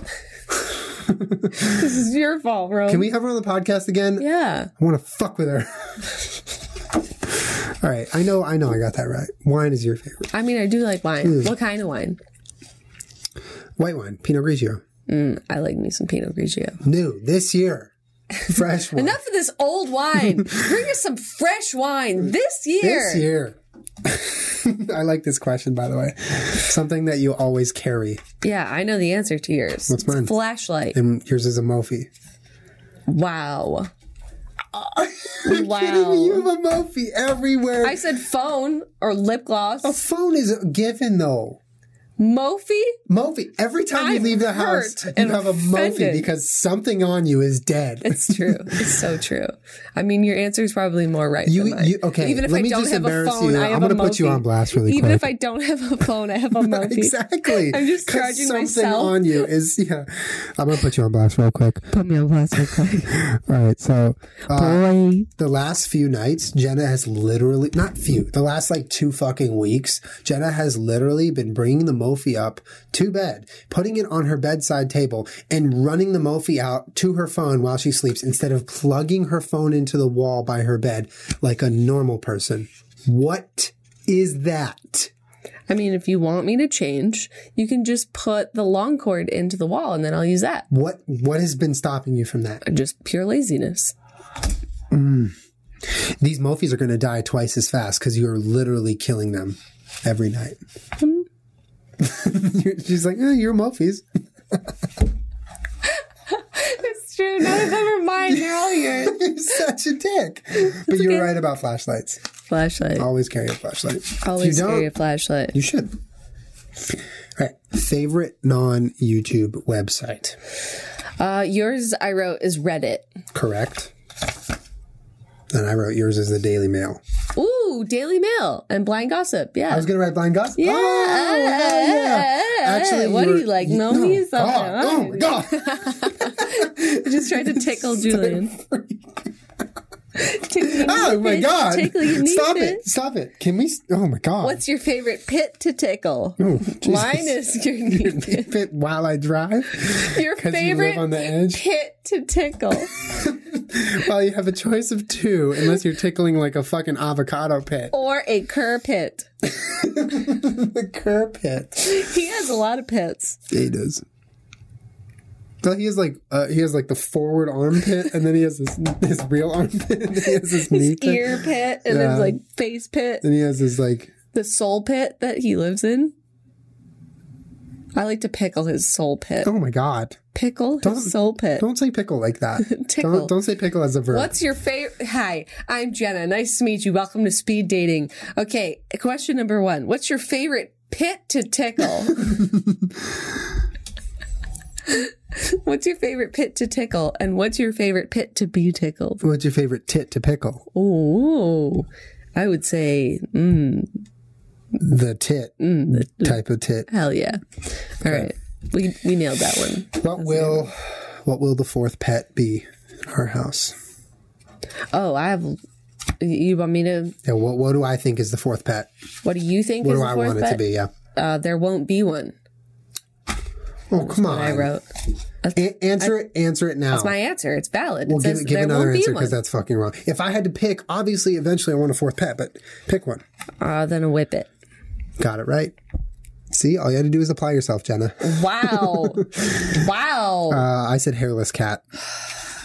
Speaker 2: This is your fault, bro.
Speaker 1: Can we have her on the podcast again?
Speaker 2: yeah.
Speaker 1: I want to fuck with her. All right, I know, I know, I got that right. Wine is your favorite.
Speaker 2: I mean, I do like wine.
Speaker 1: Hmm.
Speaker 2: What kind of wine?
Speaker 1: White wine, Pinot Grigio.
Speaker 2: I like me some Pinot Grigio.
Speaker 1: New this year, fresh wine
Speaker 2: Enough of this old wine. Bring us some fresh wine this year.
Speaker 1: this year. I like this question, by the way. Something that you always carry.
Speaker 2: Yeah, I know the answer to yours. What's
Speaker 1: mine?
Speaker 2: Flashlight.
Speaker 1: and yours is a Mophie.
Speaker 2: Wow.
Speaker 1: You
Speaker 2: wow.
Speaker 1: have a Mophie everywhere.
Speaker 2: I said phone or lip gloss.
Speaker 1: Phone is a given though.
Speaker 2: Mophie?
Speaker 1: Mophie. Every time you
Speaker 2: I'm
Speaker 1: leave the
Speaker 2: hurt
Speaker 1: house, you
Speaker 2: and
Speaker 1: have a Mophie
Speaker 2: offended.
Speaker 1: because something on you is dead.
Speaker 2: It's true. It's so true. I mean, your answer is probably more right
Speaker 1: You-
Speaker 2: than mine.
Speaker 1: you- okay,
Speaker 2: Even if
Speaker 1: let
Speaker 2: I
Speaker 1: me
Speaker 2: don't
Speaker 1: just
Speaker 2: have a
Speaker 1: embarrass
Speaker 2: phone,
Speaker 1: you.
Speaker 2: I have
Speaker 1: I'm
Speaker 2: a
Speaker 1: gonna put you
Speaker 2: Mophie.
Speaker 1: on blast really
Speaker 2: Even
Speaker 1: quick.
Speaker 2: if I don't have a phone, I have a Mophie.
Speaker 1: Exactly.
Speaker 2: I'm just
Speaker 1: 'Cause
Speaker 2: charging
Speaker 1: something
Speaker 2: myself.
Speaker 1: on you is yeah. I'm gonna put you on blast real quick.
Speaker 2: Put me on blast real quick.
Speaker 1: All right, so uh,
Speaker 2: Boy.
Speaker 1: the last few nights, Jenna has literally not few. The last like two fucking weeks, Jenna has literally been bringing the Mophie up to bed, putting it on her bedside table, and running the Mophie out to her phone while she sleeps instead of plugging her phone into the wall by her bed like a normal person. What is that?
Speaker 2: I mean, if you want me to change, you can just put the long cord into the wall and then I'll use that.
Speaker 1: What what has been stopping you from that?
Speaker 2: Just pure laziness.
Speaker 1: These Mophies are going to die twice as fast because you're literally killing them every night. She's like, eh, you're Mophies.
Speaker 2: It's true. None of them are mine. They're all yours.
Speaker 1: you're such a dick. But you're right about flashlights.
Speaker 2: Flashlight.
Speaker 1: Always carry a flashlight.
Speaker 2: Always
Speaker 1: Oh, you don't,
Speaker 2: carry a flashlight.
Speaker 1: you should. All right. Favorite non YouTube website?
Speaker 2: Uh, yours, I wrote, is Reddit.
Speaker 1: Correct. And I wrote yours as the Daily Mail.
Speaker 2: Ooh, Daily Mail and Blind Gossip.
Speaker 1: I
Speaker 2: Yeah.
Speaker 1: was going to write Blind Gossip. Yeah. Oh, hell yeah. Actually,
Speaker 2: what do
Speaker 1: you're-
Speaker 2: you like? No, he's
Speaker 1: oh, oh my God.
Speaker 2: Just tried to tickle Julian. Tickling
Speaker 1: Oh
Speaker 2: your
Speaker 1: my
Speaker 2: pit,
Speaker 1: god!
Speaker 2: tickling your knee
Speaker 1: Stop
Speaker 2: pit.
Speaker 1: it! Stop it! Can we? s- Oh my god!
Speaker 2: What's your favorite pit to tickle?
Speaker 1: Jesus.
Speaker 2: Mine is your knee pit.
Speaker 1: fit while I drive?
Speaker 2: Your
Speaker 1: you live
Speaker 2: favorite
Speaker 1: on the edge?
Speaker 2: pit to tickle.
Speaker 1: well, you have a choice of two, unless you're tickling like a fucking avocado pit,
Speaker 2: or a cur pit.
Speaker 1: the cur pit.
Speaker 2: He has a lot of pits.
Speaker 1: Yeah, he does. Well, he has like uh, he has like the forward armpit, and then he has his, his real armpit, and he has his knee pit,
Speaker 2: Ear pit and
Speaker 1: Yeah.
Speaker 2: then like face pit.
Speaker 1: and he has his like
Speaker 2: The soul pit that he lives in. I like to pickle his soul pit.
Speaker 1: oh my god!
Speaker 2: Pickle his soul pit.
Speaker 1: Don't say pickle like that.
Speaker 2: Tickle.
Speaker 1: Don't don't say pickle as a verb.
Speaker 2: What's your favorite? Hi, I'm Jenna. Nice to meet you. Welcome to speed dating. Okay, question number one. What's your favorite pit to tickle? what's your favorite pit to tickle, and what's your favorite pit to be tickled?
Speaker 1: What's your favorite tit to pickle?
Speaker 2: Ooh, I would say
Speaker 1: The tit
Speaker 2: Mm,
Speaker 1: type of tit.
Speaker 2: hell yeah. All right, we we nailed that one.
Speaker 1: What will What will the fourth pet be in our house?
Speaker 2: Oh, I have. You want me to?
Speaker 1: Yeah, what, what do I think is the fourth pet?
Speaker 2: What do you think?
Speaker 1: What
Speaker 2: is
Speaker 1: do
Speaker 2: the
Speaker 1: I
Speaker 2: fourth
Speaker 1: want it to
Speaker 2: bet?
Speaker 1: be? Yeah.
Speaker 2: Uh, there won't be one.
Speaker 1: Oh, come on.
Speaker 2: I wrote.
Speaker 1: A- answer it. Answer it now. That's
Speaker 2: My answer. It's valid.
Speaker 1: Well,
Speaker 2: it
Speaker 1: give,
Speaker 2: says
Speaker 1: give
Speaker 2: there
Speaker 1: another
Speaker 2: won't be
Speaker 1: answer
Speaker 2: one.
Speaker 1: because that's fucking wrong. If I had to pick, obviously, eventually I want a fourth pet, but pick one.
Speaker 2: Uh, then a whippet.
Speaker 1: Got it right. See, all you had to do is apply yourself, Jenna.
Speaker 2: Wow. wow.
Speaker 1: Uh, I said hairless cat.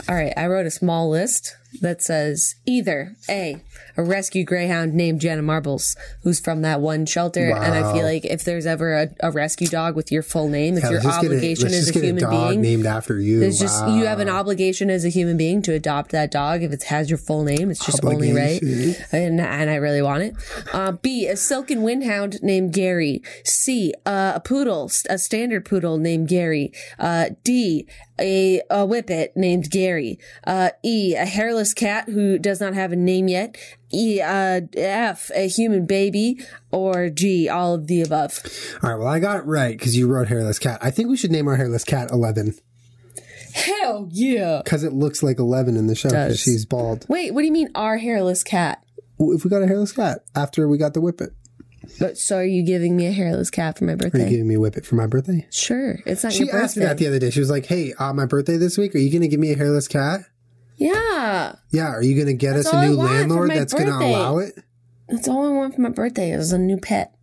Speaker 2: All right, I wrote a small list that says either A, a rescue greyhound named Jenna Marbles, who's from that one shelter. And I feel like if there's ever a, a rescue dog with your full name, if
Speaker 1: Yeah,
Speaker 2: your
Speaker 1: let's just get a-
Speaker 2: obligation
Speaker 1: let's
Speaker 2: as
Speaker 1: just
Speaker 2: a
Speaker 1: get
Speaker 2: human
Speaker 1: dog
Speaker 2: being,
Speaker 1: named after you.
Speaker 2: it's just
Speaker 1: Wow.
Speaker 2: you have an obligation as a human being to adopt that dog. If it has your full name, it's just only right.
Speaker 1: Obligation.
Speaker 2: And, and I really want it. Uh, B, a silken windhound named Gary. C, uh, a poodle, st- a standard poodle named Gary. Uh, D, a, a whippet named Gary. Uh, e, a hairless cat who does not have a name yet. E, uh, F, a human baby. Or G, all of the above.
Speaker 1: All right. Well, I got it right because you wrote hairless cat. I think we should name our hairless cat Eleven
Speaker 2: Hell yeah.
Speaker 1: because it looks like Eleven in the show because
Speaker 2: Does.
Speaker 1: she's bald.
Speaker 2: Wait, what do you mean our hairless cat?
Speaker 1: Well, If we got a hairless cat after we got the whippet,
Speaker 2: But so are you giving me a hairless cat for my
Speaker 1: are you
Speaker 2: birthday?
Speaker 1: giving me a whippet for my birthday?
Speaker 2: Sure. It's not
Speaker 1: She
Speaker 2: your
Speaker 1: asked me
Speaker 2: birthday.
Speaker 1: that the other day. She was like, "Hey, uh, my birthday this week. Are you going to give me a hairless cat?
Speaker 2: yeah.
Speaker 1: Yeah. Are you going to get us
Speaker 2: all
Speaker 1: a
Speaker 2: I
Speaker 1: new
Speaker 2: want for
Speaker 1: landlord
Speaker 2: my
Speaker 1: that's going to
Speaker 2: birthday.
Speaker 1: allow it?
Speaker 2: That's all I want for my birthday is a new pet.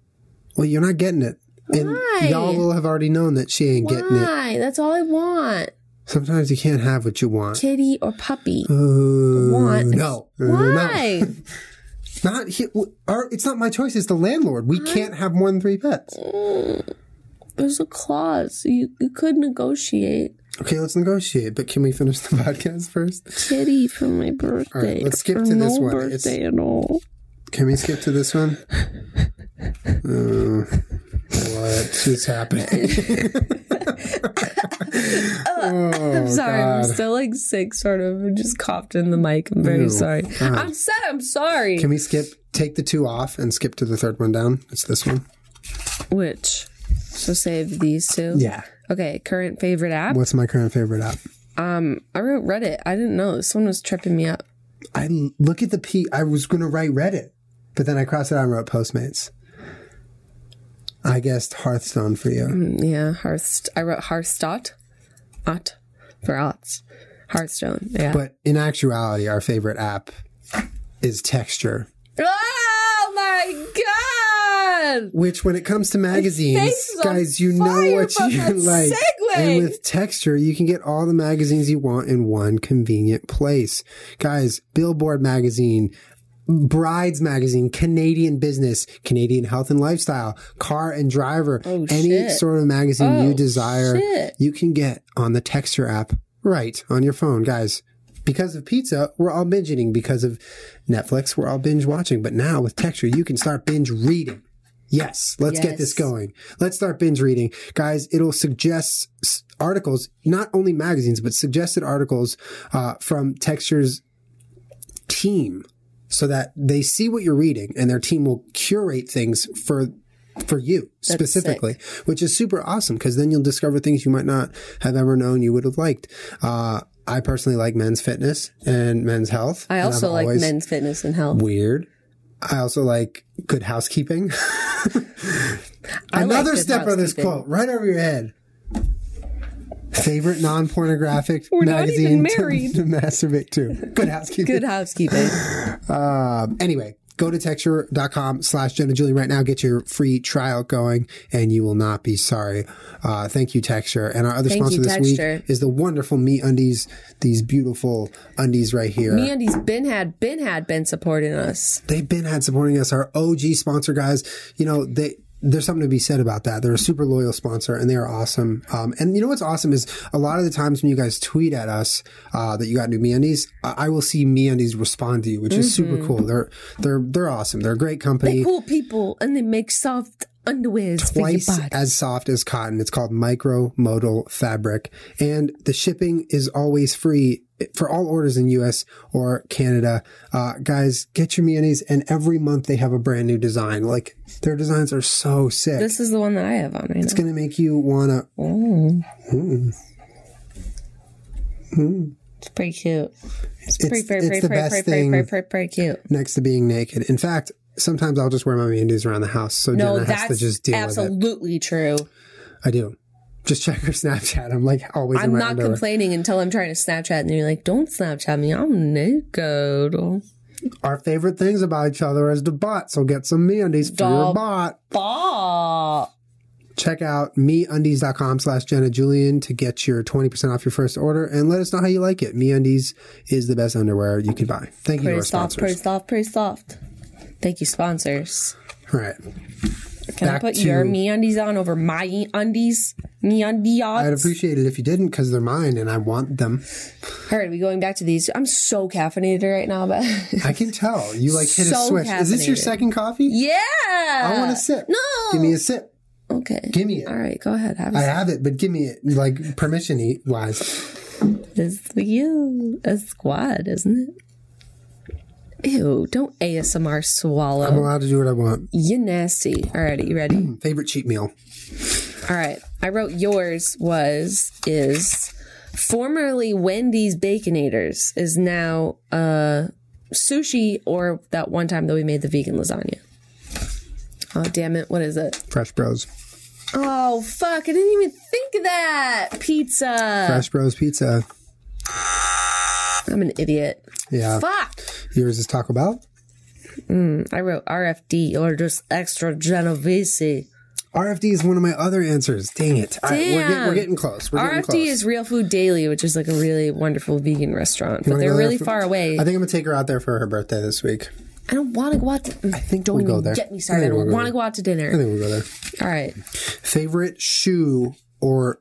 Speaker 1: Well, you're not getting it, and
Speaker 2: Why?
Speaker 1: y'all will have already known that she ain't getting it.
Speaker 2: Why? That's all I want.
Speaker 1: Sometimes you can't have what you want.
Speaker 2: Kitty or puppy.
Speaker 1: Ooh,
Speaker 2: want.
Speaker 1: No. Uh, no.
Speaker 2: Why?
Speaker 1: Not he, w- our, it's not my choice. It's the landlord. We can't have more than three pets.
Speaker 2: There's a clause. You, you could negotiate.
Speaker 1: Okay, let's negotiate. But can we finish the podcast first?
Speaker 2: Kitty for my birthday.
Speaker 1: All right, let's skip
Speaker 2: or
Speaker 1: to
Speaker 2: no
Speaker 1: this one. It's-
Speaker 2: birthday at all.
Speaker 1: Can we skip to this one? Uh, what is happening?
Speaker 2: I'm sorry. I'm
Speaker 1: Oh, God.
Speaker 2: still like sick, sort of. I just coughed in the mic. I'm very sorry. I'm sad. I'm sorry.
Speaker 1: Can we skip? Take the two off and skip to the third one down. It's this one.
Speaker 2: Which? So save these two.
Speaker 1: Yeah.
Speaker 2: Okay. Current favorite app.
Speaker 1: What's my current favorite app?
Speaker 2: I wrote Reddit. I didn't know. This one was tripping me up.
Speaker 1: I l- look at the P. I was going to write Reddit, but then I crossed it out and wrote Postmates. I guessed Hearthstone for you.
Speaker 2: Yeah, Hearthst. I wrote Hearthstot. Ot. For aughts. Hearthstone. Yeah.
Speaker 1: But in actuality, our favorite app is Texture,
Speaker 2: oh my god!
Speaker 1: which, when it comes to magazines,
Speaker 2: face is on
Speaker 1: guys, you know
Speaker 2: fire
Speaker 1: what
Speaker 2: from
Speaker 1: you
Speaker 2: that
Speaker 1: like.
Speaker 2: segue.
Speaker 1: And with Texture, you can get all the magazines you want in one convenient place. Guys, Billboard Magazine. Brides Magazine, Canadian Business, Canadian Health and Lifestyle, Car and Driver, any
Speaker 2: Oh, shit.
Speaker 1: sort of magazine you
Speaker 2: Oh,
Speaker 1: desire,
Speaker 2: shit.
Speaker 1: you can get on the Texture app right on your phone, guys. Because of pizza, we're all binging. Because of Netflix, we're all binge watching. But now with Texture, you can start binge reading. Yes, let's get this
Speaker 2: Yes.
Speaker 1: going. Let's start binge reading. Guys, it'll suggest s- articles, not only magazines, but suggested articles uh, from Texture's team so that they see what you're reading and their team will curate things for for you specifically which is super awesome because then you'll discover things you might not have ever known you would have liked uh, i personally like men's fitness and men's health
Speaker 2: I
Speaker 1: and
Speaker 2: also
Speaker 1: I've
Speaker 2: like
Speaker 1: always-
Speaker 2: men's fitness and health.
Speaker 1: weird i also like good housekeeping
Speaker 2: I like
Speaker 1: another
Speaker 2: Good
Speaker 1: step on this
Speaker 2: Housekeeping.
Speaker 1: quote right over your head favorite non-pornographic
Speaker 2: not
Speaker 1: magazine
Speaker 2: even
Speaker 1: to-
Speaker 2: married.
Speaker 1: to masturbate to good housekeeping Um,
Speaker 2: Good housekeeping.
Speaker 1: anyway go to texture.com slash jenna julie right now get your free trial going and you will not be sorry uh, thank you texture and our other
Speaker 2: Thank
Speaker 1: sponsor
Speaker 2: you,
Speaker 1: this
Speaker 2: Texture.
Speaker 1: week is the wonderful me undies these beautiful undies right here
Speaker 2: Meandy's been had, been had, been supporting us.
Speaker 1: they've been had supporting us our og sponsor guys you know they there's something to be said about that. They're a super loyal sponsor and they are awesome. Um, and you know what's awesome is a lot of the times when you guys tweet at us uh, that you got new MeUndies, I I will see MeUndies respond to you, which is super cool. They're they're they're awesome. They're a great company.
Speaker 2: Cool people, and they make soft underwears
Speaker 1: twice
Speaker 2: for your body.
Speaker 1: as soft as cotton. It's called micromodal fabric, and the shipping is always free for all orders in U.S. or Canada. Uh, guys, get your mayonnaise, and every month they have a brand new design. Like their designs are so sick.
Speaker 2: This is the one that I have on right now.
Speaker 1: it's gonna make you wanna.
Speaker 2: It's pretty cute.
Speaker 1: It's-
Speaker 2: It's, pretty, pretty,
Speaker 1: it's
Speaker 2: pretty,
Speaker 1: the
Speaker 2: pretty,
Speaker 1: best
Speaker 2: pretty, pretty,
Speaker 1: thing.
Speaker 2: pretty, pretty, pretty cute.
Speaker 1: next to being naked. In fact, sometimes I'll just wear my MeUndies around the house, so
Speaker 2: No,
Speaker 1: Jenna has to just
Speaker 2: that's
Speaker 1: deal with
Speaker 2: absolutely true.
Speaker 1: it. I do. Just check her Snapchat. I'm like always. in
Speaker 2: I'm
Speaker 1: my
Speaker 2: not
Speaker 1: underwear.
Speaker 2: complaining until I'm trying to Snapchat and you're like, don't Snapchat me. I'm naked.
Speaker 1: Our favorite things about each other is the bot. So get some MeUndies for your
Speaker 2: Dog.
Speaker 1: bot.
Speaker 2: Bah.
Speaker 1: Check out MeUndies.com slash Jenna Julian to get your 20% off your first order and let us know how you like it. MeUndies is the best underwear you can buy. Thank you to
Speaker 2: Pretty
Speaker 1: our
Speaker 2: soft,
Speaker 1: sponsors.
Speaker 2: pretty soft, pretty soft. Thank you, sponsors.
Speaker 1: All right.
Speaker 2: Can
Speaker 1: Back
Speaker 2: I put
Speaker 1: to-
Speaker 2: your me undies on over my undies? Me
Speaker 1: I'd
Speaker 2: undies.
Speaker 1: appreciate it if you didn't because they're mine and I want them.
Speaker 2: All right, we going back to these. I'm so caffeinated right now, but
Speaker 1: I can tell. You like hit a
Speaker 2: So
Speaker 1: switch. Is this your
Speaker 2: caffeinated.
Speaker 1: second coffee?
Speaker 2: yeah.
Speaker 1: I want a sip.
Speaker 2: No.
Speaker 1: Give me a sip.
Speaker 2: Okay.
Speaker 1: Give me it.
Speaker 2: All right, go ahead. Have a
Speaker 1: I
Speaker 2: sip.
Speaker 1: have it, but give me it, like permission wise.
Speaker 2: This for you. A squad, isn't it? Ew, don't ASMR
Speaker 1: I'm
Speaker 2: swallow.
Speaker 1: allowed to do what I want.
Speaker 2: You nasty. All right, you ready?
Speaker 1: Favorite cheat meal.
Speaker 2: All right. I wrote yours was, is formerly Wendy's Baconators is now uh, sushi or that one time that we made the vegan lasagna. Oh, damn it. What is it?
Speaker 1: Fresh Bros.
Speaker 2: Oh, fuck. I didn't even think of that. Pizza.
Speaker 1: Fresh Bros Pizza.
Speaker 2: I'm an idiot.
Speaker 1: Yeah.
Speaker 2: Fuck.
Speaker 1: Yours is Taco Bell.
Speaker 2: I wrote RFD or just extra Genovese.
Speaker 1: RFD is one of my other answers. Dang it. All right, we're, get,
Speaker 2: Damn.
Speaker 1: we're getting close. We're getting
Speaker 2: RFD
Speaker 1: close.
Speaker 2: is Real Food Daily, which is like a really wonderful vegan restaurant, but
Speaker 1: Wanna
Speaker 2: they're
Speaker 1: go there
Speaker 2: really
Speaker 1: for-
Speaker 2: far away.
Speaker 1: I think I'm gonna take her out there for her birthday this week.
Speaker 2: I don't want to go out. To, I
Speaker 1: think
Speaker 2: don't
Speaker 1: we'll go
Speaker 2: even
Speaker 1: there.
Speaker 2: Get me
Speaker 1: I
Speaker 2: started. I
Speaker 1: think we'll
Speaker 2: don't
Speaker 1: go
Speaker 2: want to
Speaker 1: there.
Speaker 2: go out to
Speaker 1: I
Speaker 2: dinner.
Speaker 1: think we'll go there.
Speaker 2: All right,
Speaker 1: Favorite shoe or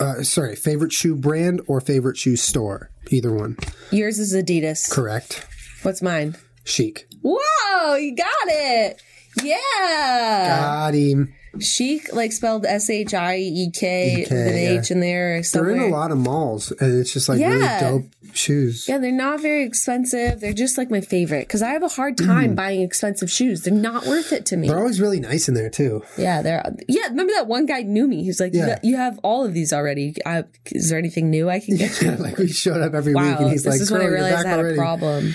Speaker 1: uh, sorry, favorite shoe brand or favorite shoe store. Either one.
Speaker 2: yours is Adidas.
Speaker 1: Correct.
Speaker 2: What's mine?
Speaker 1: Chic.
Speaker 2: Whoa, you got it. Yeah,
Speaker 1: Got him.
Speaker 2: chic, like spelled S H I E K
Speaker 1: E
Speaker 2: with
Speaker 1: K,
Speaker 2: an
Speaker 1: yeah.
Speaker 2: H in there or
Speaker 1: They're
Speaker 2: somewhere.
Speaker 1: in a lot of malls, and it's just like
Speaker 2: Yeah.
Speaker 1: really dope shoes.
Speaker 2: Yeah, they're not very expensive. They're just like my favorite because I have a hard
Speaker 1: Mm.
Speaker 2: time buying expensive shoes. They're not worth it to me.
Speaker 1: They're always really nice in there too.
Speaker 2: Yeah, they're yeah. Remember that one guy knew me. He's like,
Speaker 1: Yeah.
Speaker 2: you, have all of these already. I, is there anything new I can get you?
Speaker 1: like we showed up every week,
Speaker 2: Wow,
Speaker 1: and he's
Speaker 2: this
Speaker 1: like,
Speaker 2: is when I
Speaker 1: "Girl, you're
Speaker 2: realized
Speaker 1: back
Speaker 2: I had
Speaker 1: already."
Speaker 2: a problem.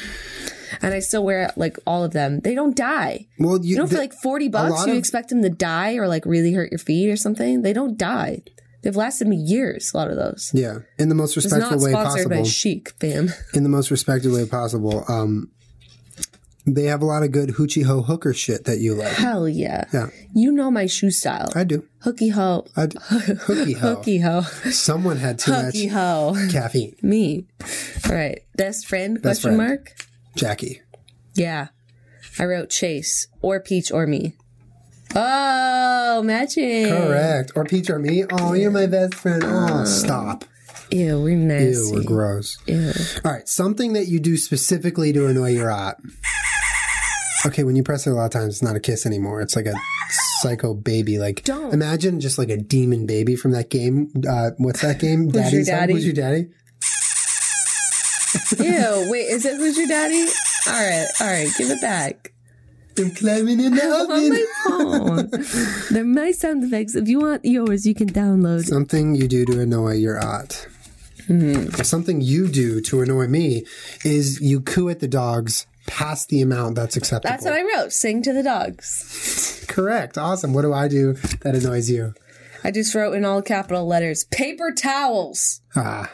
Speaker 2: And I still wear like all of them. They don't die.
Speaker 1: Well, you,
Speaker 2: You know, for
Speaker 1: th-
Speaker 2: like forty bucks,
Speaker 1: lot
Speaker 2: you
Speaker 1: of-
Speaker 2: expect them to die or like really hurt your feet or something. They don't die. They've lasted me years. A lot of those.
Speaker 1: yeah, in the most
Speaker 2: It's not
Speaker 1: respectful way
Speaker 2: sponsored by
Speaker 1: possible.
Speaker 2: Chic, fam.
Speaker 1: in the most respectful way possible. Um, they have a lot of good hoochie ho hooker shit that you like.
Speaker 2: Hell yeah.
Speaker 1: Yeah.
Speaker 2: You know my shoe style.
Speaker 1: I Oh. do.
Speaker 2: Hooky ho.
Speaker 1: I do. hookie ho.
Speaker 2: Hooky ho.
Speaker 1: Someone had too much
Speaker 2: Hooky ho.
Speaker 1: caffeine.
Speaker 2: Me. All right. Best friend?
Speaker 1: Best
Speaker 2: question
Speaker 1: friend.
Speaker 2: mark?
Speaker 1: Jackie.
Speaker 2: Yeah. I wrote Chase or Peach or me. Oh, matching.
Speaker 1: Correct. Or peach or me. Oh, you're my best friend. Oh, stop.
Speaker 2: Ew, we're
Speaker 1: Ew, we're
Speaker 2: nasty.
Speaker 1: gross.
Speaker 2: Ew.
Speaker 1: All right, something that you do specifically to annoy your aunt. Okay, when you press it a lot of times, it's not a kiss anymore. It's like a psycho baby. Like,
Speaker 2: Don't.
Speaker 1: imagine just like a demon baby from that game. Uh, what's that game? Daddy's Home?
Speaker 2: Daddy?
Speaker 1: Who's your daddy?
Speaker 2: Ew. Wait, is it who's your daddy? All right, all right, give it back.
Speaker 1: I'm climbing in the
Speaker 2: On
Speaker 1: oven.
Speaker 2: Oh my phone. They're my sound effects. If you want yours, you can download.
Speaker 1: Something you do to annoy your aunt.
Speaker 2: Hmm.
Speaker 1: Something you do to annoy me is you coo at the dogs past the amount that's acceptable.
Speaker 2: That's what I wrote. Sing to the dogs.
Speaker 1: Correct. Awesome. What do I do that annoys you?
Speaker 2: I just wrote in all capital letters paper towels.
Speaker 1: Ah.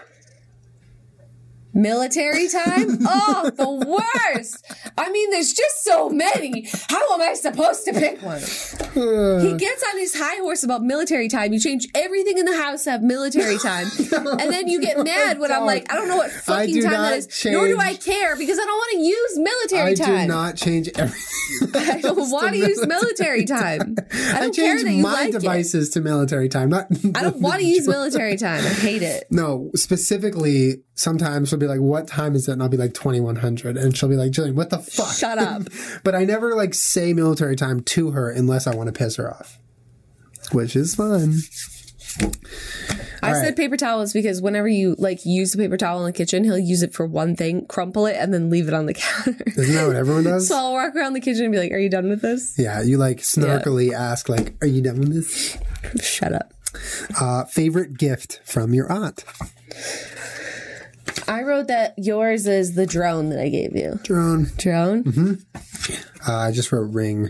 Speaker 2: Military time? oh, the worst. I mean, there's just so many. How am I supposed to pick one?
Speaker 1: Uh.
Speaker 2: He gets on his high horse about military time. You change everything in the house to have military time. and then you get mad when I'm
Speaker 1: don't.
Speaker 2: like, I don't know what fucking
Speaker 1: do
Speaker 2: time that
Speaker 1: not
Speaker 2: is. Nor do I
Speaker 1: change-
Speaker 2: care because I don't want to use military
Speaker 1: I do
Speaker 2: time.
Speaker 1: not change everything.
Speaker 2: I don't want to use military time. I
Speaker 1: I
Speaker 2: don't care
Speaker 1: changed
Speaker 2: that you
Speaker 1: my
Speaker 2: like it.
Speaker 1: devices to military time. Not.
Speaker 2: I don't want to use military time. I hate it.
Speaker 1: No, specifically, sometimes she'll be like, "What time is it?" And I'll be like, "2100," and she'll be like, "Jillian, what the fuck?"
Speaker 2: Shut up.
Speaker 1: But I never like say military time to her unless I want to piss her off, which is fun.
Speaker 2: I
Speaker 1: All right.
Speaker 2: said paper towels because whenever you like use the paper towel in the kitchen, he'll use it for one thing, crumple it, and then leave it on the counter.
Speaker 1: Isn't that what everyone does?
Speaker 2: so I'll walk around the kitchen and be like, "Are you done with this?"
Speaker 1: yeah, you like snarkily ask, like, "Are you done with this?"
Speaker 2: Shut up.
Speaker 1: Uh, favorite gift from your aunt?
Speaker 2: I wrote that yours is the drone that I gave you.
Speaker 1: Drone.
Speaker 2: Drone?
Speaker 1: Mm-hmm. Uh, I just wrote ring.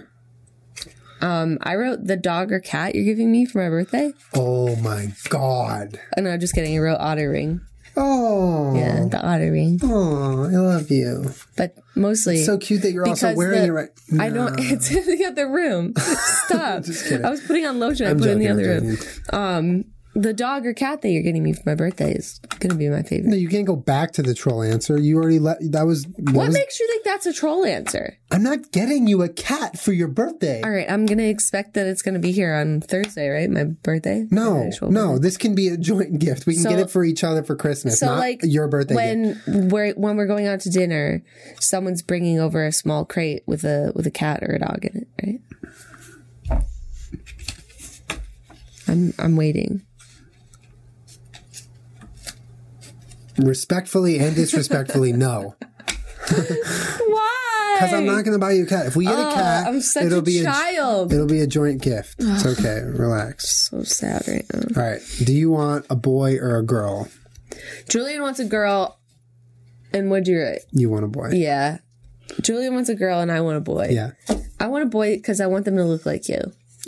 Speaker 2: Um, I wrote the dog or cat you're giving me for my birthday.
Speaker 1: Oh my god.
Speaker 2: Oh, no, just kidding. I wrote otter ring.
Speaker 1: Oh.
Speaker 2: Yeah, the otter ring.
Speaker 1: Oh, I love you.
Speaker 2: But mostly.
Speaker 1: So cute that you're also
Speaker 2: because
Speaker 1: wearing
Speaker 2: the-
Speaker 1: it right.
Speaker 2: I don't. It's in the other room. Stop. I was putting on lotion. I
Speaker 1: I'm
Speaker 2: put it in the
Speaker 1: joking,
Speaker 2: other
Speaker 1: I'm
Speaker 2: room.
Speaker 1: joking.
Speaker 2: The dog or cat that you're getting me for my birthday is gonna be my favorite.
Speaker 1: No, you can't go back to the troll answer. You already let that was. that
Speaker 2: What
Speaker 1: was-
Speaker 2: makes you think that's a troll answer?
Speaker 1: I'm not getting you a cat for your birthday.
Speaker 2: All right, I'm gonna expect that it's gonna be here on Thursday, right? My birthday. My
Speaker 1: No,
Speaker 2: actual
Speaker 1: no, this can be a joint gift. We can
Speaker 2: So-
Speaker 1: get it for each other for Christmas,
Speaker 2: So
Speaker 1: not
Speaker 2: like
Speaker 1: your birthday. gift.
Speaker 2: when we're when we're going out to dinner, someone's bringing over a small crate with a with a cat or a dog in it, right? I'm I'm waiting.
Speaker 1: respectfully and disrespectfully, no,
Speaker 2: Why?
Speaker 1: because I'm not going to buy you a cat. If we get a cat,
Speaker 2: Oh, I'm such
Speaker 1: it'll
Speaker 2: a
Speaker 1: be
Speaker 2: child.
Speaker 1: it'll be a joint gift. It's okay. Relax.
Speaker 2: so sad right now.
Speaker 1: All right. Do you want a boy or a girl?
Speaker 2: Julian wants a girl, and what'd you write?
Speaker 1: You want a boy.
Speaker 2: Yeah, Julian wants a girl, and I want a boy.
Speaker 1: Yeah.
Speaker 2: I want a boy because I want them to look like you.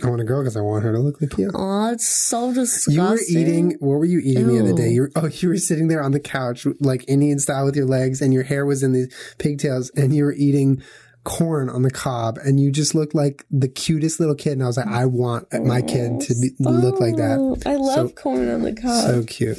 Speaker 1: I want a girl because I want her to look like you.
Speaker 2: Oh, it's so disgusting.
Speaker 1: You were eating. What were you eating the other
Speaker 2: Ew.
Speaker 1: day? You were, oh, you were sitting there on the couch, like Indian style, with your legs, and your hair was in these pigtails, and you were eating corn on the cob, and you just looked like the cutest little kid. And I was like, I want my kid to be, look like that.
Speaker 2: Oh, I love corn on the cob.
Speaker 1: So cute.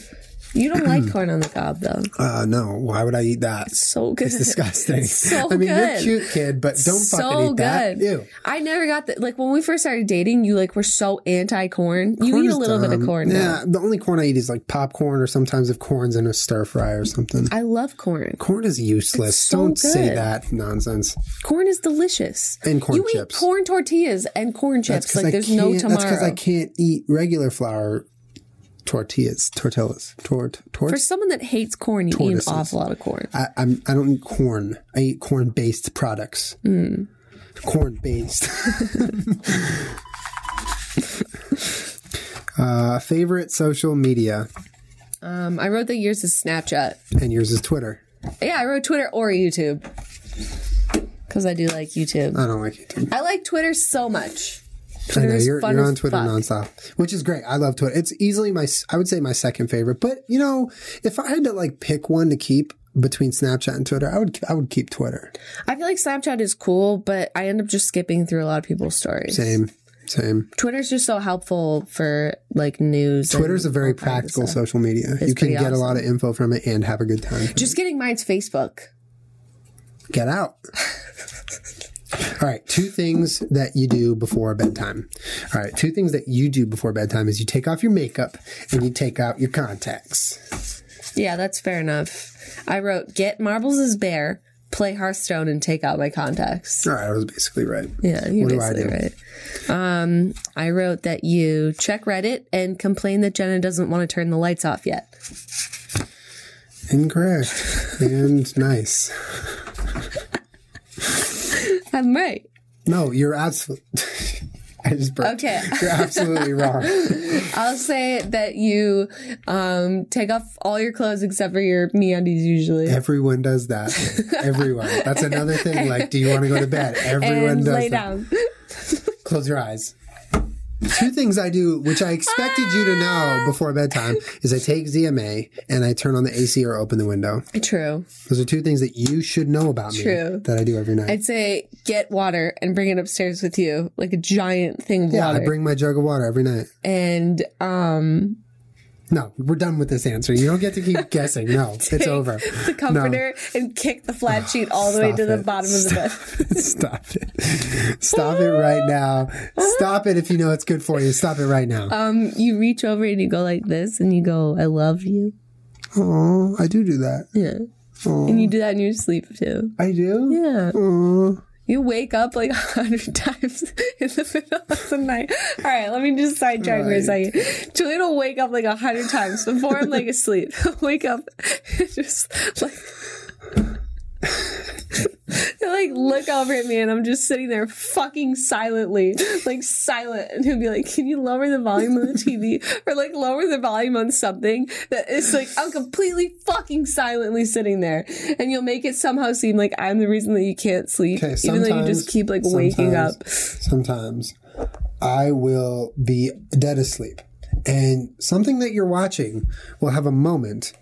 Speaker 2: you don't like corn on the cob though.
Speaker 1: Uh, no, why would I eat that?
Speaker 2: So good.
Speaker 1: It's disgusting.
Speaker 2: so
Speaker 1: I mean, you're
Speaker 2: good.
Speaker 1: cute, kid, but don't fucking
Speaker 2: so
Speaker 1: eat that.
Speaker 2: good.
Speaker 1: Ew.
Speaker 2: I never got that. Like when we first started dating, you like were so anti corn. You eat a
Speaker 1: is
Speaker 2: little bit of
Speaker 1: dumb.
Speaker 2: corn. now.
Speaker 1: Yeah, the only corn I eat is like popcorn, or sometimes if corn's in a stir fry or something.
Speaker 2: I love corn.
Speaker 1: Corn is useless.
Speaker 2: so
Speaker 1: Don't say
Speaker 2: good.
Speaker 1: that nonsense.
Speaker 2: Corn is delicious.
Speaker 1: And corn
Speaker 2: you
Speaker 1: chips.
Speaker 2: eat corn tortillas and corn chips.
Speaker 1: 'Cause
Speaker 2: Like
Speaker 1: I
Speaker 2: there's no
Speaker 1: can't- That's because I
Speaker 2: tomorrow.
Speaker 1: can't eat regular flour tortillas, tortillas, tort, tort.
Speaker 2: For someone that hates corn, you
Speaker 1: Tortoises.
Speaker 2: eat an awful lot of corn.
Speaker 1: I, I'm I don't eat corn. I eat corn based products.
Speaker 2: Mm.
Speaker 1: Corn based. uh, favorite social media
Speaker 2: Um, I wrote that yours is Snapchat.
Speaker 1: and yours is Twitter.
Speaker 2: Yeah, I wrote Twitter or YouTube because I do like YouTube.
Speaker 1: I don't like it.
Speaker 2: I like Twitter so much.
Speaker 1: I
Speaker 2: Twitter
Speaker 1: know
Speaker 2: is
Speaker 1: you're,
Speaker 2: fun
Speaker 1: you're on
Speaker 2: as
Speaker 1: Twitter
Speaker 2: fuck.
Speaker 1: nonstop, which is great. I love Twitter. It's easily my s- I would say my second favorite. But you know, if I had to like pick one to keep between Snapchat and Twitter, I would I would keep Twitter.
Speaker 2: I feel like Snapchat is cool, but I end up just skipping through a lot of people's stories.
Speaker 1: Same, same.
Speaker 2: Twitter's just so helpful for like news. and
Speaker 1: Twitter's a very
Speaker 2: all kinds of
Speaker 1: practical
Speaker 2: stuff.
Speaker 1: social media. you can
Speaker 2: pretty
Speaker 1: get a lot of info from it and have a good time.
Speaker 2: Just getting mine's Facebook.
Speaker 1: Get out. All right, two things that you do before bedtime. All right, two things that you do before bedtime is you take off your makeup and you take out your contacts.
Speaker 2: Yeah, that's fair enough. I wrote get marbles as bear, play Hearthstone, and take out my contacts.
Speaker 1: All right, I was basically right.
Speaker 2: Yeah, you're
Speaker 1: What do I
Speaker 2: basically
Speaker 1: do?
Speaker 2: right. Um, I wrote that you check Reddit and complain that Jenna doesn't want to turn the lights off yet.
Speaker 1: Incorrect. and nice.
Speaker 2: I'm right.
Speaker 1: No, you're absolutely. I just burped.
Speaker 2: Okay.
Speaker 1: You're absolutely wrong.
Speaker 2: I'll say that you um, take off all your clothes except for your meundies usually.
Speaker 1: Everyone does that. Everyone. That's another thing. Like, do you want to go to bed? Everyone
Speaker 2: and
Speaker 1: does
Speaker 2: lay
Speaker 1: that.
Speaker 2: down.
Speaker 1: Close your eyes. Two things I do, which I expected you to
Speaker 2: Ah.
Speaker 1: know before bedtime, is I take ZMA and I turn on the AC or open the window.
Speaker 2: True.
Speaker 1: Those are two things that you should know about me
Speaker 2: True.
Speaker 1: that I do every night.
Speaker 2: I'd say get water and bring it upstairs with you, like a giant thing of
Speaker 1: yeah,
Speaker 2: water.
Speaker 1: I bring my jug of water every night.
Speaker 2: and um,
Speaker 1: No, we're done with this answer. You don't get to keep guessing. No, it's
Speaker 2: take
Speaker 1: over.
Speaker 2: the comforter and kick the flat sheet all the way
Speaker 1: stop
Speaker 2: to the
Speaker 1: it.
Speaker 2: bottom of the bed.
Speaker 1: Stop it. Stop it right now. Stop it if you know it's good for you. Stop it right now.
Speaker 2: Um, you reach over and you go like this, and you go, "I love you."
Speaker 1: Oh, I do do that.
Speaker 2: Yeah. And you do that in your sleep too.
Speaker 1: I do?
Speaker 2: Yeah.
Speaker 1: Aw.
Speaker 2: You wake up like a hundred times in the middle of the night. All right, let me just sidetrack for a second. Julian will wake up like a hundred times before I'm like asleep. He'll wake up and just like He'll like look over at me and I'm just sitting there fucking silently, like silent. And he'll be like, Can you lower the volume on the TV? Or like lower the volume on something that is like, I'm completely fucking silently sitting there. And you'll make it somehow seem like I'm the reason that you can't sleep,
Speaker 1: Okay,
Speaker 2: even though you just
Speaker 1: sometimes-
Speaker 2: keep like waking
Speaker 1: sometimes-
Speaker 2: up.
Speaker 1: Sometimes I will be dead asleep, and something that you're watching will have a moment.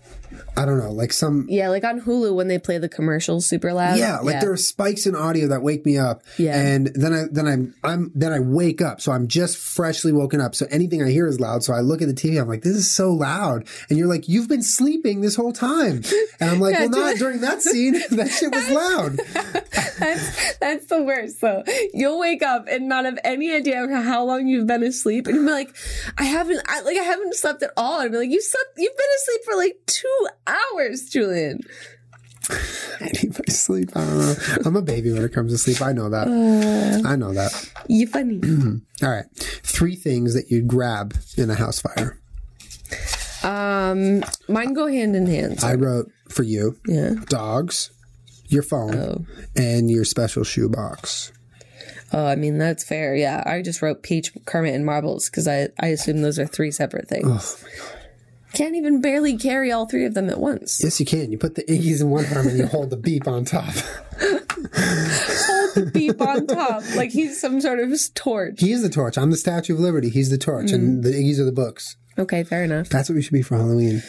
Speaker 1: I don't know, like some
Speaker 2: Yeah, like on Hulu when they play the commercials super loud.
Speaker 1: yeah, like there are spikes in audio that wake me up.
Speaker 2: Yeah.
Speaker 1: and then I then I'm I'm then I wake up, so I'm just freshly woken up. So anything I hear is loud. So I look at the TV, I'm like, this is so loud, and you're like, you've been sleeping this whole time, and I'm like, well,
Speaker 2: do
Speaker 1: not
Speaker 2: it."
Speaker 1: during that scene. That shit was loud.
Speaker 2: That's, that's the worst though. You'll wake up and not have any idea of how long you've been asleep, and you'll be like, "I haven't, I, like, I haven't slept at all." And be like, "You slept, you've been asleep for like two hours, Julian."
Speaker 1: I need my sleep. I don't know. I'm a baby when it comes to sleep. I know that.
Speaker 2: Uh.
Speaker 1: I know that.
Speaker 2: You funny.
Speaker 1: All right. Three things that you'd grab in a house fire.
Speaker 2: um, mine go hand in hand.
Speaker 1: I wrote for you
Speaker 2: yeah.
Speaker 1: dogs, your phone,
Speaker 2: Oh.
Speaker 1: and your special shoebox.
Speaker 2: Oh, I mean that's fair. Yeah, I just wrote peach, Kermit, and marbles because I I assume those are three separate things. Can't even barely carry all three of them at once.
Speaker 1: Yes, you can. You put the Iggy's in one arm and you hold the beep on top.
Speaker 2: Beep on top, like he's some sort of torch.
Speaker 1: He is the torch. I'm the Statue of Liberty. He's the torch,
Speaker 2: Mm.
Speaker 1: and the Iggy's are the books.
Speaker 2: Okay, fair enough.
Speaker 1: That's what we should be for Halloween.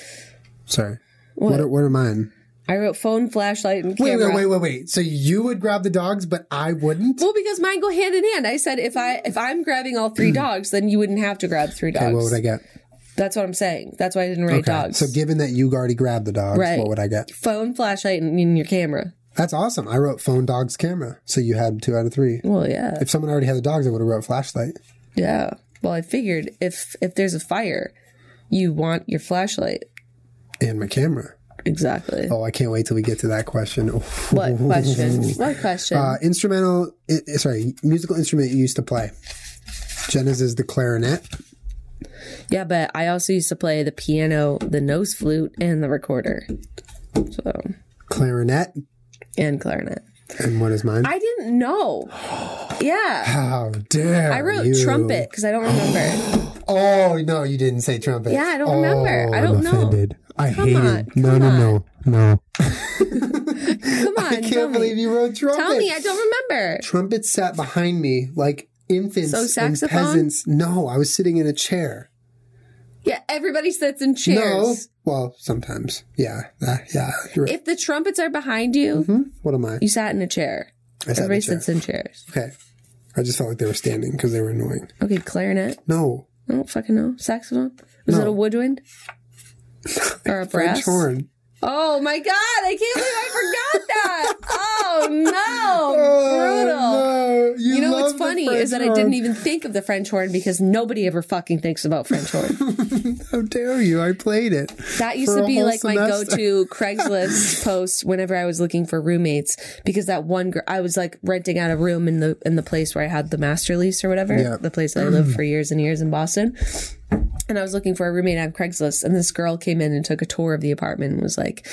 Speaker 1: Sorry. What, are, what are mine?
Speaker 2: I wrote phone, flashlight, and
Speaker 1: Wait,
Speaker 2: camera.
Speaker 1: wait, wait, wait, wait. So you would grab the dogs, but I wouldn't?
Speaker 2: Well, because mine go hand in hand. I said if I if I'm grabbing all three dogs, then you wouldn't have to grab three dogs.
Speaker 1: Hmm. Okay, what would I get?
Speaker 2: That's what I'm saying. That's why I didn't write
Speaker 1: Okay.
Speaker 2: dogs.
Speaker 1: So given that you already grabbed the dogs,
Speaker 2: Right.
Speaker 1: what would I get?
Speaker 2: Phone, flashlight, and, and your camera.
Speaker 1: That's awesome. I wrote phone, dogs, camera. So you had two out of three.
Speaker 2: Well, yeah,
Speaker 1: If someone already had the dogs, I would have wrote flashlight.
Speaker 2: yeah. Well, I figured if if there's a fire, you want your flashlight.
Speaker 1: And my camera.
Speaker 2: Exactly.
Speaker 1: Oh, I can't wait till we get to that question. Oof.
Speaker 2: What question? What question?
Speaker 1: Uh, instrumental, i- i- sorry, musical instrument you used to play. Jenna's is the clarinet.
Speaker 2: yeah, but I also used to play the piano, the nose flute, and the recorder. So
Speaker 1: Clarinet.
Speaker 2: and clarinet.
Speaker 1: And what is mine?
Speaker 2: I didn't know. Yeah.
Speaker 1: How dare
Speaker 2: I wrote
Speaker 1: you.
Speaker 2: trumpet because I don't remember.
Speaker 1: Oh, no, you didn't say trumpet.
Speaker 2: Yeah, I don't
Speaker 1: Oh,
Speaker 2: remember. I don't
Speaker 1: I'm
Speaker 2: know.
Speaker 1: offended. I hate
Speaker 2: on,
Speaker 1: it. No, no, no, no.
Speaker 2: Come on,
Speaker 1: I
Speaker 2: tell
Speaker 1: can't
Speaker 2: me.
Speaker 1: believe you wrote trumpet.
Speaker 2: Tell me, I don't remember.
Speaker 1: trumpet sat behind me like infants
Speaker 2: So
Speaker 1: and
Speaker 2: saxophone?
Speaker 1: peasants. No, I was sitting in a chair.
Speaker 2: Yeah, everybody sits in chairs.
Speaker 1: No, well, sometimes, yeah, uh, yeah. you're right.
Speaker 2: If the trumpets are behind you,
Speaker 1: What am I?
Speaker 2: you sat in a chair.
Speaker 1: I Mm-hmm. sat in a
Speaker 2: everybody
Speaker 1: chair.
Speaker 2: sits in chairs.
Speaker 1: Okay, I just felt like they were standing because they were annoying.
Speaker 2: Okay, clarinet.
Speaker 1: No,
Speaker 2: I don't fucking know. Saxophone. Was
Speaker 1: No.
Speaker 2: it a woodwind or a
Speaker 1: French
Speaker 2: brass?
Speaker 1: horn.
Speaker 2: Oh my god! I can't believe I forgot that. Oh no! Brutal.
Speaker 1: Oh, no. You,
Speaker 2: You know
Speaker 1: love
Speaker 2: what's
Speaker 1: the
Speaker 2: funny
Speaker 1: French
Speaker 2: is that I didn't
Speaker 1: horn.
Speaker 2: even think of the French horn because nobody ever fucking thinks about French horn.
Speaker 1: How dare you? I played it.
Speaker 2: That used
Speaker 1: For
Speaker 2: to
Speaker 1: a
Speaker 2: be
Speaker 1: whole
Speaker 2: like my
Speaker 1: semester.
Speaker 2: go-to Craigslist post whenever I was looking for roommates because that one girl I was like renting out a room in the in the place where I had the master lease or whatever,
Speaker 1: Yeah.
Speaker 2: the place that I lived for years and years in Boston. And I was looking for a roommate on Craigslist, and this girl came in and took a tour of the apartment and was like,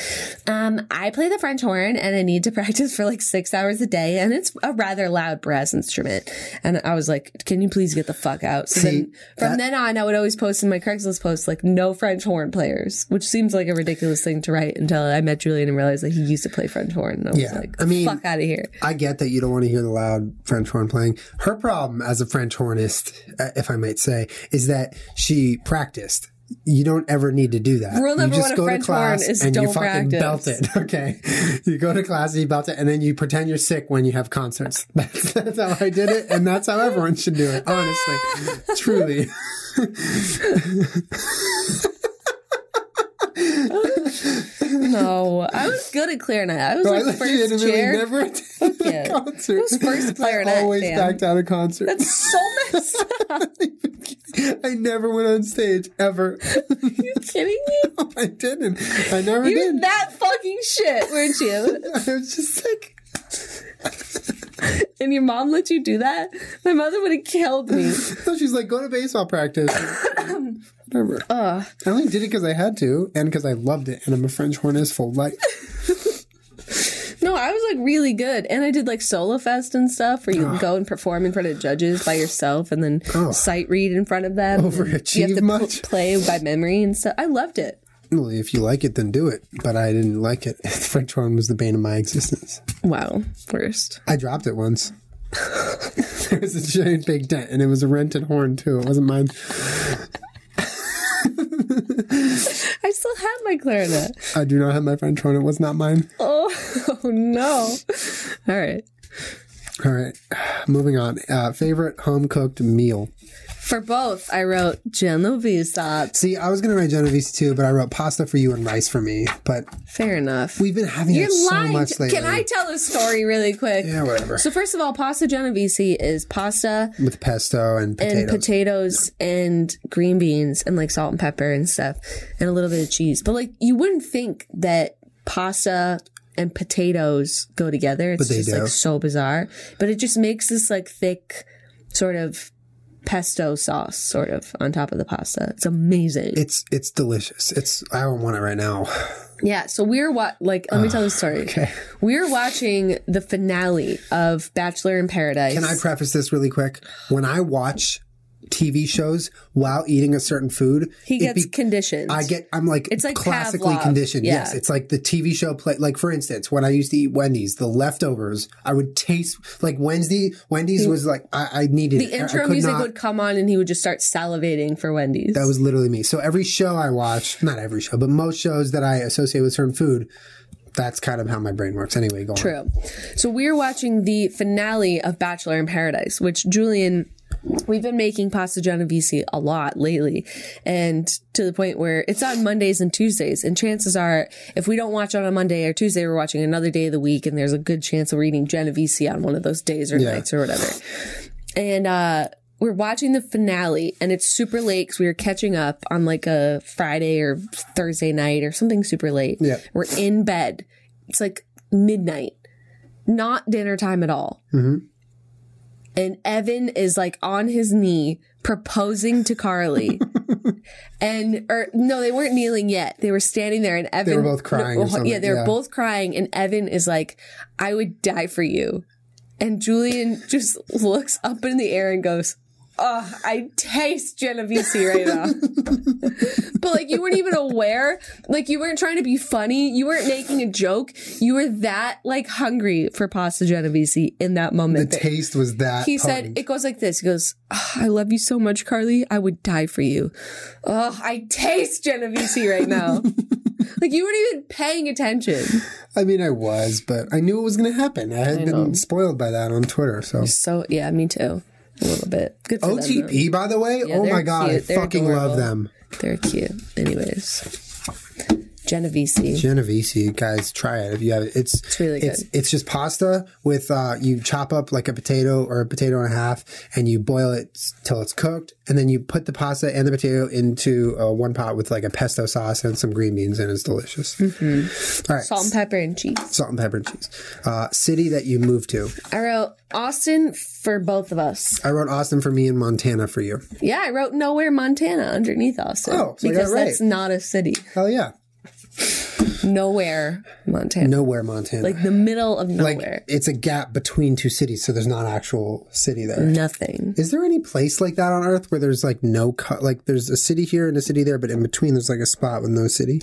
Speaker 2: um, "I play the French horn, and I need to practice for like six hours a day, and it's a rather loud brass instrument." And I was like, "Can you please get the fuck out?" So
Speaker 1: See,
Speaker 2: then, from then on, I would always post in my Craigslist posts like no French horn players, which seems like a ridiculous thing to write until I met Julian and realized that he used to play French horn. And I was
Speaker 1: Yeah,
Speaker 2: like,
Speaker 1: I mean-
Speaker 2: fuck out of here.
Speaker 1: I get that you don't want to hear the loud French horn playing. Her problem as a French hornist, uh, if I might say, is that she practiced. You don't ever need to do that.
Speaker 2: Rule number
Speaker 1: you just
Speaker 2: one of
Speaker 1: go
Speaker 2: French
Speaker 1: to class
Speaker 2: horn is
Speaker 1: and you
Speaker 2: don't
Speaker 1: fucking
Speaker 2: practice.
Speaker 1: belt it. Okay, you go to class and you belt it, and then you pretend you're sick when you have concerts. That's, that's how I did it, and that's how everyone should do it. Honestly, truly.
Speaker 2: No, I was good at clarinet. I was
Speaker 1: I
Speaker 2: like first
Speaker 1: legitimately
Speaker 2: chair.
Speaker 1: never attended a
Speaker 2: yeah.
Speaker 1: concert.
Speaker 2: Who's first
Speaker 1: I
Speaker 2: clarinet,
Speaker 1: always
Speaker 2: Dan?
Speaker 1: backed out of concert.
Speaker 2: That's so messed up.
Speaker 1: I never went on stage ever. Oh,
Speaker 2: you kidding me?
Speaker 1: I didn't. I never
Speaker 2: You
Speaker 1: did.
Speaker 2: were that fucking shit, weren't you?
Speaker 1: I was just sick.
Speaker 2: And your mom let you do that? My mother would have killed me.
Speaker 1: So she's like, go to baseball practice. Whatever.
Speaker 2: Uh.
Speaker 1: I only did it because I had to and because I loved it and I'm a French hornist full life.
Speaker 2: No, I was was like really good. And I did like solo fest and stuff where you can go and perform in front of judges by yourself and then
Speaker 1: Oh.
Speaker 2: sight read in front of them.
Speaker 1: Overachieve
Speaker 2: you have to pl-
Speaker 1: much?
Speaker 2: play by memory and stuff. I loved it.
Speaker 1: Well, if you like it, then do it. But I didn't like it. The French one was the bane of my existence.
Speaker 2: Wow. Worst.
Speaker 1: I dropped it once. there was a giant big dent, and it was a rented horn too. It wasn't mine.
Speaker 2: I still have my clarinet.
Speaker 1: I do not have my French horn. It was not mine.
Speaker 2: Oh, oh no. All right.
Speaker 1: All right, moving on. Uh, favorite home cooked meal.
Speaker 2: For both, I wrote Genovese sauce.
Speaker 1: See, I was gonna write Genovese too, but I wrote pasta for you and rice for me. But
Speaker 2: Fair enough.
Speaker 1: we've been having
Speaker 2: You're
Speaker 1: it so
Speaker 2: lying.
Speaker 1: much lately.
Speaker 2: Can I tell a story really quick?
Speaker 1: Yeah, whatever.
Speaker 2: So first of all, pasta Genovese is pasta
Speaker 1: With pesto and potatoes.
Speaker 2: and potatoes and green beans and like salt and pepper and stuff and a little bit of cheese. But like you wouldn't think that pasta and potatoes go together. It's
Speaker 1: they
Speaker 2: just
Speaker 1: do.
Speaker 2: like so bizarre. But it just makes this like thick sort of pesto sauce sort of on top of the pasta. It's amazing.
Speaker 1: it's it's delicious. It's I don't want it right now.
Speaker 2: Yeah, so we were wa- like, let me tell the story. Okay. We were watching the finale of Bachelor in Paradise.
Speaker 1: Can I preface this really quick? When I watch TV shows while eating a certain food,
Speaker 2: he
Speaker 1: it
Speaker 2: gets
Speaker 1: be-
Speaker 2: conditioned.
Speaker 1: I get I'm like it's
Speaker 2: like
Speaker 1: classically
Speaker 2: Pavlov.
Speaker 1: conditioned.
Speaker 2: Yeah.
Speaker 1: Yes, it's like the TV show play. Like for instance, when I used to eat Wendy's, the leftovers I would taste like Wednesday. Wendy's was like I, I needed
Speaker 2: the
Speaker 1: it. I- I
Speaker 2: intro
Speaker 1: could
Speaker 2: music
Speaker 1: not-
Speaker 2: would come on and he would just start salivating for Wendy's.
Speaker 1: That was literally me. So every show I watch, not every show, but most shows that I associate with certain food, that's kind of how my brain works. Anyway, go on.
Speaker 2: True. So we're watching the finale of Bachelor in Paradise, which Julian, we've been making pasta genovese a lot lately, and to the point where it's on Mondays and Tuesdays. And chances are, if we don't watch it on a Monday or Tuesday, we're watching another day of the week, and there's a good chance that we're eating genovese on one of those days or nights or whatever. And uh, we're watching the finale, and it's super late because we were catching up on like a Friday or Thursday night or something super late.
Speaker 1: Yeah.
Speaker 2: We're in bed. It's like midnight not dinner time at all. And Evan is like on his knee proposing to Carly. and or no, they weren't kneeling yet. They were standing there and Evan
Speaker 1: were both crying or
Speaker 2: No,
Speaker 1: something,
Speaker 2: yeah, they were
Speaker 1: yeah.
Speaker 2: both crying and Evan is like, I would die for you. And Julian just looks up in the air and goes, Oh, I taste Genovese right now. but like you weren't even aware. Like you weren't trying to be funny. You weren't making a joke. You were that like hungry for pasta Genovese in that moment.
Speaker 1: The taste was that.
Speaker 2: he
Speaker 1: potent.
Speaker 2: said it goes like this. He goes, "Ah, "I love you so much, Carly. I would die for you." Oh, I taste Genovese right now. like you weren't even paying attention.
Speaker 1: I mean, I was, but I knew it was going to happen. I had been spoiled by that on Twitter. So
Speaker 2: So yeah, me too. A little bit. Good for them, though.
Speaker 1: OTP, by the way, oh
Speaker 2: they're
Speaker 1: my god, I
Speaker 2: cute. They're
Speaker 1: fucking love
Speaker 2: adorable.
Speaker 1: them.
Speaker 2: They're cute. Anyways, Genovese.
Speaker 1: Genovese, guys, try it if you have it. It's it's
Speaker 2: really good.
Speaker 1: It's, just pasta with uh, you chop up like a potato or a potato and a half, and you boil it s- till it's cooked, and then you put the pasta and the potato into uh, one pot with like a pesto sauce and some green beans, and it's delicious. All right,
Speaker 2: Mm-hmm. Salt and pepper and cheese.
Speaker 1: salt and pepper and cheese. Uh, city that you moved to.
Speaker 2: I wrote Austin for both of us.
Speaker 1: I wrote Austin for me and Montana for you.
Speaker 2: Yeah, I wrote nowhere Montana underneath Austin
Speaker 1: Oh, so I got it
Speaker 2: because
Speaker 1: right.
Speaker 2: that's not a city.
Speaker 1: Hell yeah,
Speaker 2: Nowhere Montana,
Speaker 1: nowhere Montana.
Speaker 2: like the middle of
Speaker 1: like
Speaker 2: nowhere,
Speaker 1: it's a gap between two cities, so there's not actual city there.
Speaker 2: nothing.
Speaker 1: Is there any place like that on Earth where there's like no co- like there's a city here and a city there, but in between there's like a spot with no city?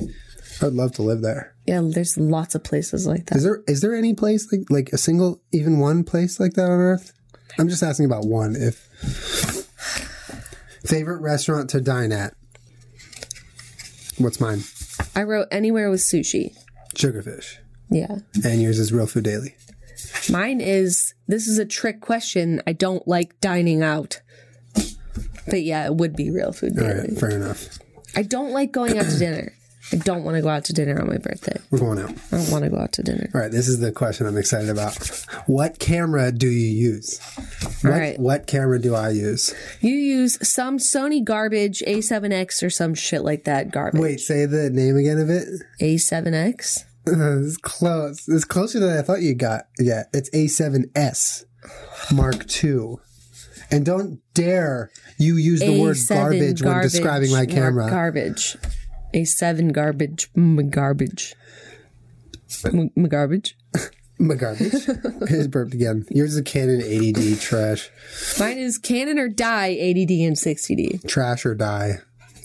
Speaker 1: I'd love to live there.
Speaker 2: Yeah, there's lots of places like
Speaker 1: Is
Speaker 2: that.
Speaker 1: there is there any place like like a single even one place like that on Earth? I'm just asking about one. If favorite restaurant to dine at, what's mine?
Speaker 2: I wrote anywhere with sushi.
Speaker 1: Sugarfish,
Speaker 2: Yeah,
Speaker 1: and yours is Real Food Daily.
Speaker 2: mine is. This is a trick question. I don't like dining out, but yeah, it would be real food.
Speaker 1: All
Speaker 2: daily.
Speaker 1: right, fair enough.
Speaker 2: I don't like going out to dinner. I don't want to go out to dinner on my birthday.
Speaker 1: We're going out.
Speaker 2: I don't want to go out to dinner.
Speaker 1: All right, this is the question I'm excited about. What camera do you use? What,
Speaker 2: All right.
Speaker 1: what camera do I use?
Speaker 2: You use some Sony garbage A7X or some shit like that garbage.
Speaker 1: Wait, say the name again of it.
Speaker 2: A7X?
Speaker 1: this is close. It's closer than I thought you got. Yeah, it's A7S Mark II. And don't dare you use the word
Speaker 2: A7
Speaker 1: garbage, when
Speaker 2: garbage,
Speaker 1: describing my
Speaker 2: mark
Speaker 1: camera.
Speaker 2: Garbage. A7 garbage. M- garbage. M- m- garbage.
Speaker 1: My garbage. His burped again. Yours is a Canon 80D trash.
Speaker 2: Mine is canon or die, ADD and 60D.
Speaker 1: Trash or die.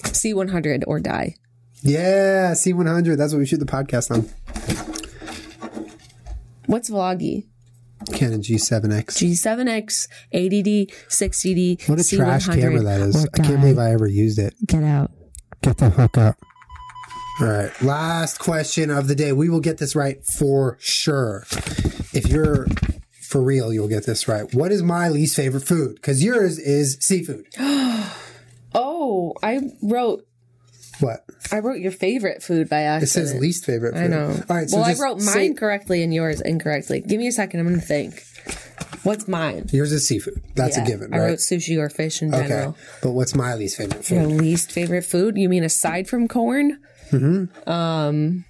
Speaker 2: C100 or die.
Speaker 1: Yeah, C100. That's what we shoot the podcast on.
Speaker 2: What's vloggy?
Speaker 1: Canon G7X.
Speaker 2: G7X, ADD, 60D,
Speaker 1: what a
Speaker 2: C100.
Speaker 1: trash camera that is.
Speaker 2: or
Speaker 1: I can't
Speaker 2: die.
Speaker 1: believe I ever used it.
Speaker 2: Get out.
Speaker 1: Get the fuck up. All right. Last question of the day. We will get this right for sure. If you're for real, you'll get this right. What is my least favorite food? Because yours is seafood.
Speaker 2: Oh, I wrote
Speaker 1: What?
Speaker 2: I wrote your favorite food by accident.
Speaker 1: It says least favorite food.
Speaker 2: I know.
Speaker 1: All right. So
Speaker 2: well, I
Speaker 1: just
Speaker 2: wrote mine
Speaker 1: say-
Speaker 2: correctly and yours incorrectly. Give me a second. I'm going to think. What's mine?
Speaker 1: yours is seafood. That's
Speaker 2: Yeah,
Speaker 1: a given,
Speaker 2: I
Speaker 1: right?
Speaker 2: wrote sushi or fish in
Speaker 1: Okay.
Speaker 2: general.
Speaker 1: But what's my least favorite food?
Speaker 2: Your least favorite food? You mean aside from corn? Mm-hmm. Um,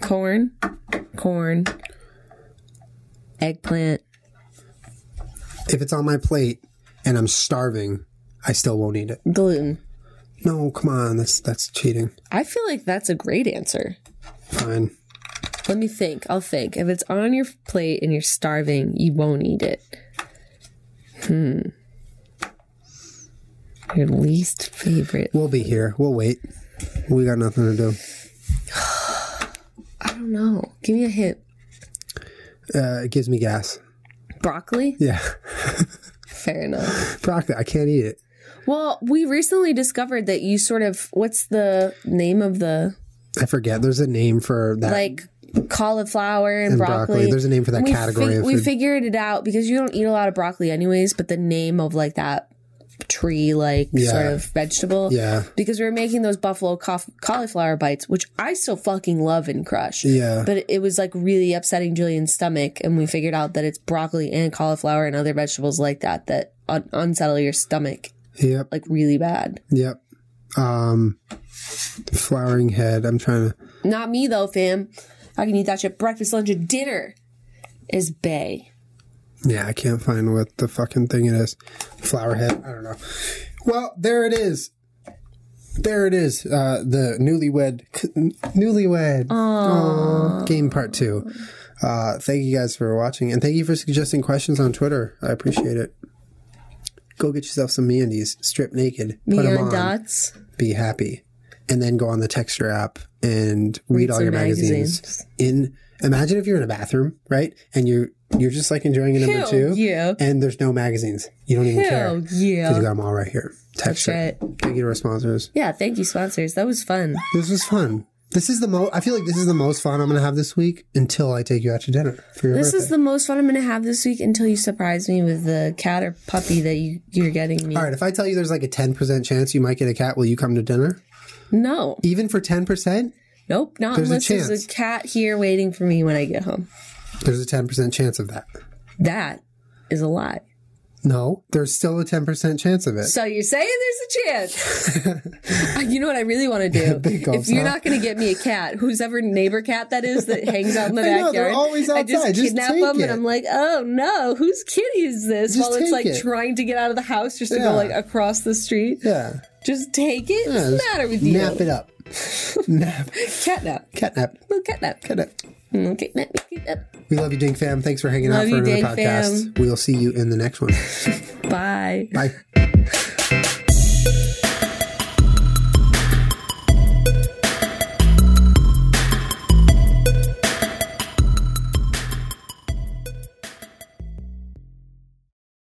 Speaker 2: corn, corn, eggplant.
Speaker 1: If it's on my plate and I'm starving, I still won't eat it.
Speaker 2: Gluten.
Speaker 1: No, come on. That's that's cheating.
Speaker 2: I feel like that's a great answer.
Speaker 1: Fine.
Speaker 2: Let me think. I'll think. If it's on your plate and you're starving, you won't eat it. Hmm. Your least favorite.
Speaker 1: We'll be here. We'll wait. We got nothing to do.
Speaker 2: I don't know. Give me a hint.
Speaker 1: Uh, it gives me gas.
Speaker 2: Broccoli?
Speaker 1: Yeah.
Speaker 2: Fair enough.
Speaker 1: Broccoli. I can't eat it.
Speaker 2: Well, we recently discovered that you sort of what's the name of the
Speaker 1: I forget. There's a name for that.
Speaker 2: like cauliflower and,
Speaker 1: And broccoli.
Speaker 2: broccoli.
Speaker 1: There's a name for that
Speaker 2: We
Speaker 1: category
Speaker 2: fig-
Speaker 1: of
Speaker 2: we
Speaker 1: food.
Speaker 2: figured it out because you don't eat a lot of broccoli anyways, but the name of like that tree like
Speaker 1: Yeah.
Speaker 2: sort of vegetable.
Speaker 1: yeah.
Speaker 2: Because we were making those buffalo caulif- cauliflower bites, which I still fucking love and crush.
Speaker 1: Yeah.
Speaker 2: But it was like really upsetting Julian's stomach, and we figured out that it's broccoli and cauliflower and other vegetables like that that un- unsettle your stomach
Speaker 1: Yep.
Speaker 2: like really bad.
Speaker 1: Yep. Um, flowering head. I'm trying to.
Speaker 2: Not me though, fam. I can eat that shit breakfast, lunch, and dinner. Is bay.
Speaker 1: Yeah, I can't find what the fucking thing it is. Flower head. I don't know. Well, there it is. There it is. Uh, the newlywed, newlywed Aw. game part two. Uh, thank you guys for watching, and thank you for suggesting questions on Twitter. I appreciate it. Go get yourself some meandies, strip naked, put them
Speaker 2: Neon
Speaker 1: on,
Speaker 2: dots.
Speaker 1: be happy, and then go on the Texture app and read all
Speaker 2: some
Speaker 1: your magazines.
Speaker 2: magazines.
Speaker 1: In imagine if you're in a bathroom, right, and you're you're just like enjoying a number
Speaker 2: Hell
Speaker 1: two,
Speaker 2: yeah.
Speaker 1: and there's no magazines. You don't even care.
Speaker 2: Hell yeah.
Speaker 1: 'Cause you got them all right here. Text
Speaker 2: That's
Speaker 1: it. Thank you to our sponsors.
Speaker 2: Yeah, thank you, sponsors. That was fun.
Speaker 1: This was fun. This is the most. I feel like this is the most fun I'm going to have this week until I take you out to dinner for your
Speaker 2: This
Speaker 1: birthday.
Speaker 2: is the most fun I'm going to have this week until you surprise me with the cat or puppy that you, you're getting me.
Speaker 1: all right, if I tell you there's like a 10% chance you might get a cat, will you come to dinner?
Speaker 2: No.
Speaker 1: Even for 10%,
Speaker 2: Nope. Not
Speaker 1: There's a
Speaker 2: unless there's
Speaker 1: chance.
Speaker 2: a cat here waiting for me when I get home.
Speaker 1: there's a 10% chance of that.
Speaker 2: That is a lie.
Speaker 1: No, there's still a 10% chance of it.
Speaker 2: So you're saying there's a chance. you know what I really want to do?
Speaker 1: Big gulps,
Speaker 2: if you're
Speaker 1: huh?
Speaker 2: not going to get me a cat, whoever neighbor cat that is that hangs out in the
Speaker 1: I know,
Speaker 2: backyard,
Speaker 1: they're always
Speaker 2: I
Speaker 1: outside.
Speaker 2: just
Speaker 1: Just
Speaker 2: kidnap
Speaker 1: take
Speaker 2: them
Speaker 1: it.
Speaker 2: and I'm like, oh no, whose kitty is this?
Speaker 1: Just
Speaker 2: While it's
Speaker 1: take
Speaker 2: like
Speaker 1: it.
Speaker 2: trying to get out of the house just to
Speaker 1: Yeah.
Speaker 2: go like across the street.
Speaker 1: yeah.
Speaker 2: Just take it.
Speaker 1: yeah just
Speaker 2: What's the matter with you?
Speaker 1: Nap it up. nap.
Speaker 2: Catnap.
Speaker 1: Catnap.
Speaker 2: Little catnap.
Speaker 1: Catnap.
Speaker 2: Mm, Catnap. Catnap.
Speaker 1: We love you, Dink Fam. Thanks for hanging out
Speaker 2: Love
Speaker 1: for
Speaker 2: you,
Speaker 1: another
Speaker 2: Dink
Speaker 1: podcast.
Speaker 2: Fam.
Speaker 1: We'll see you in the next one.
Speaker 2: Bye.
Speaker 1: Bye.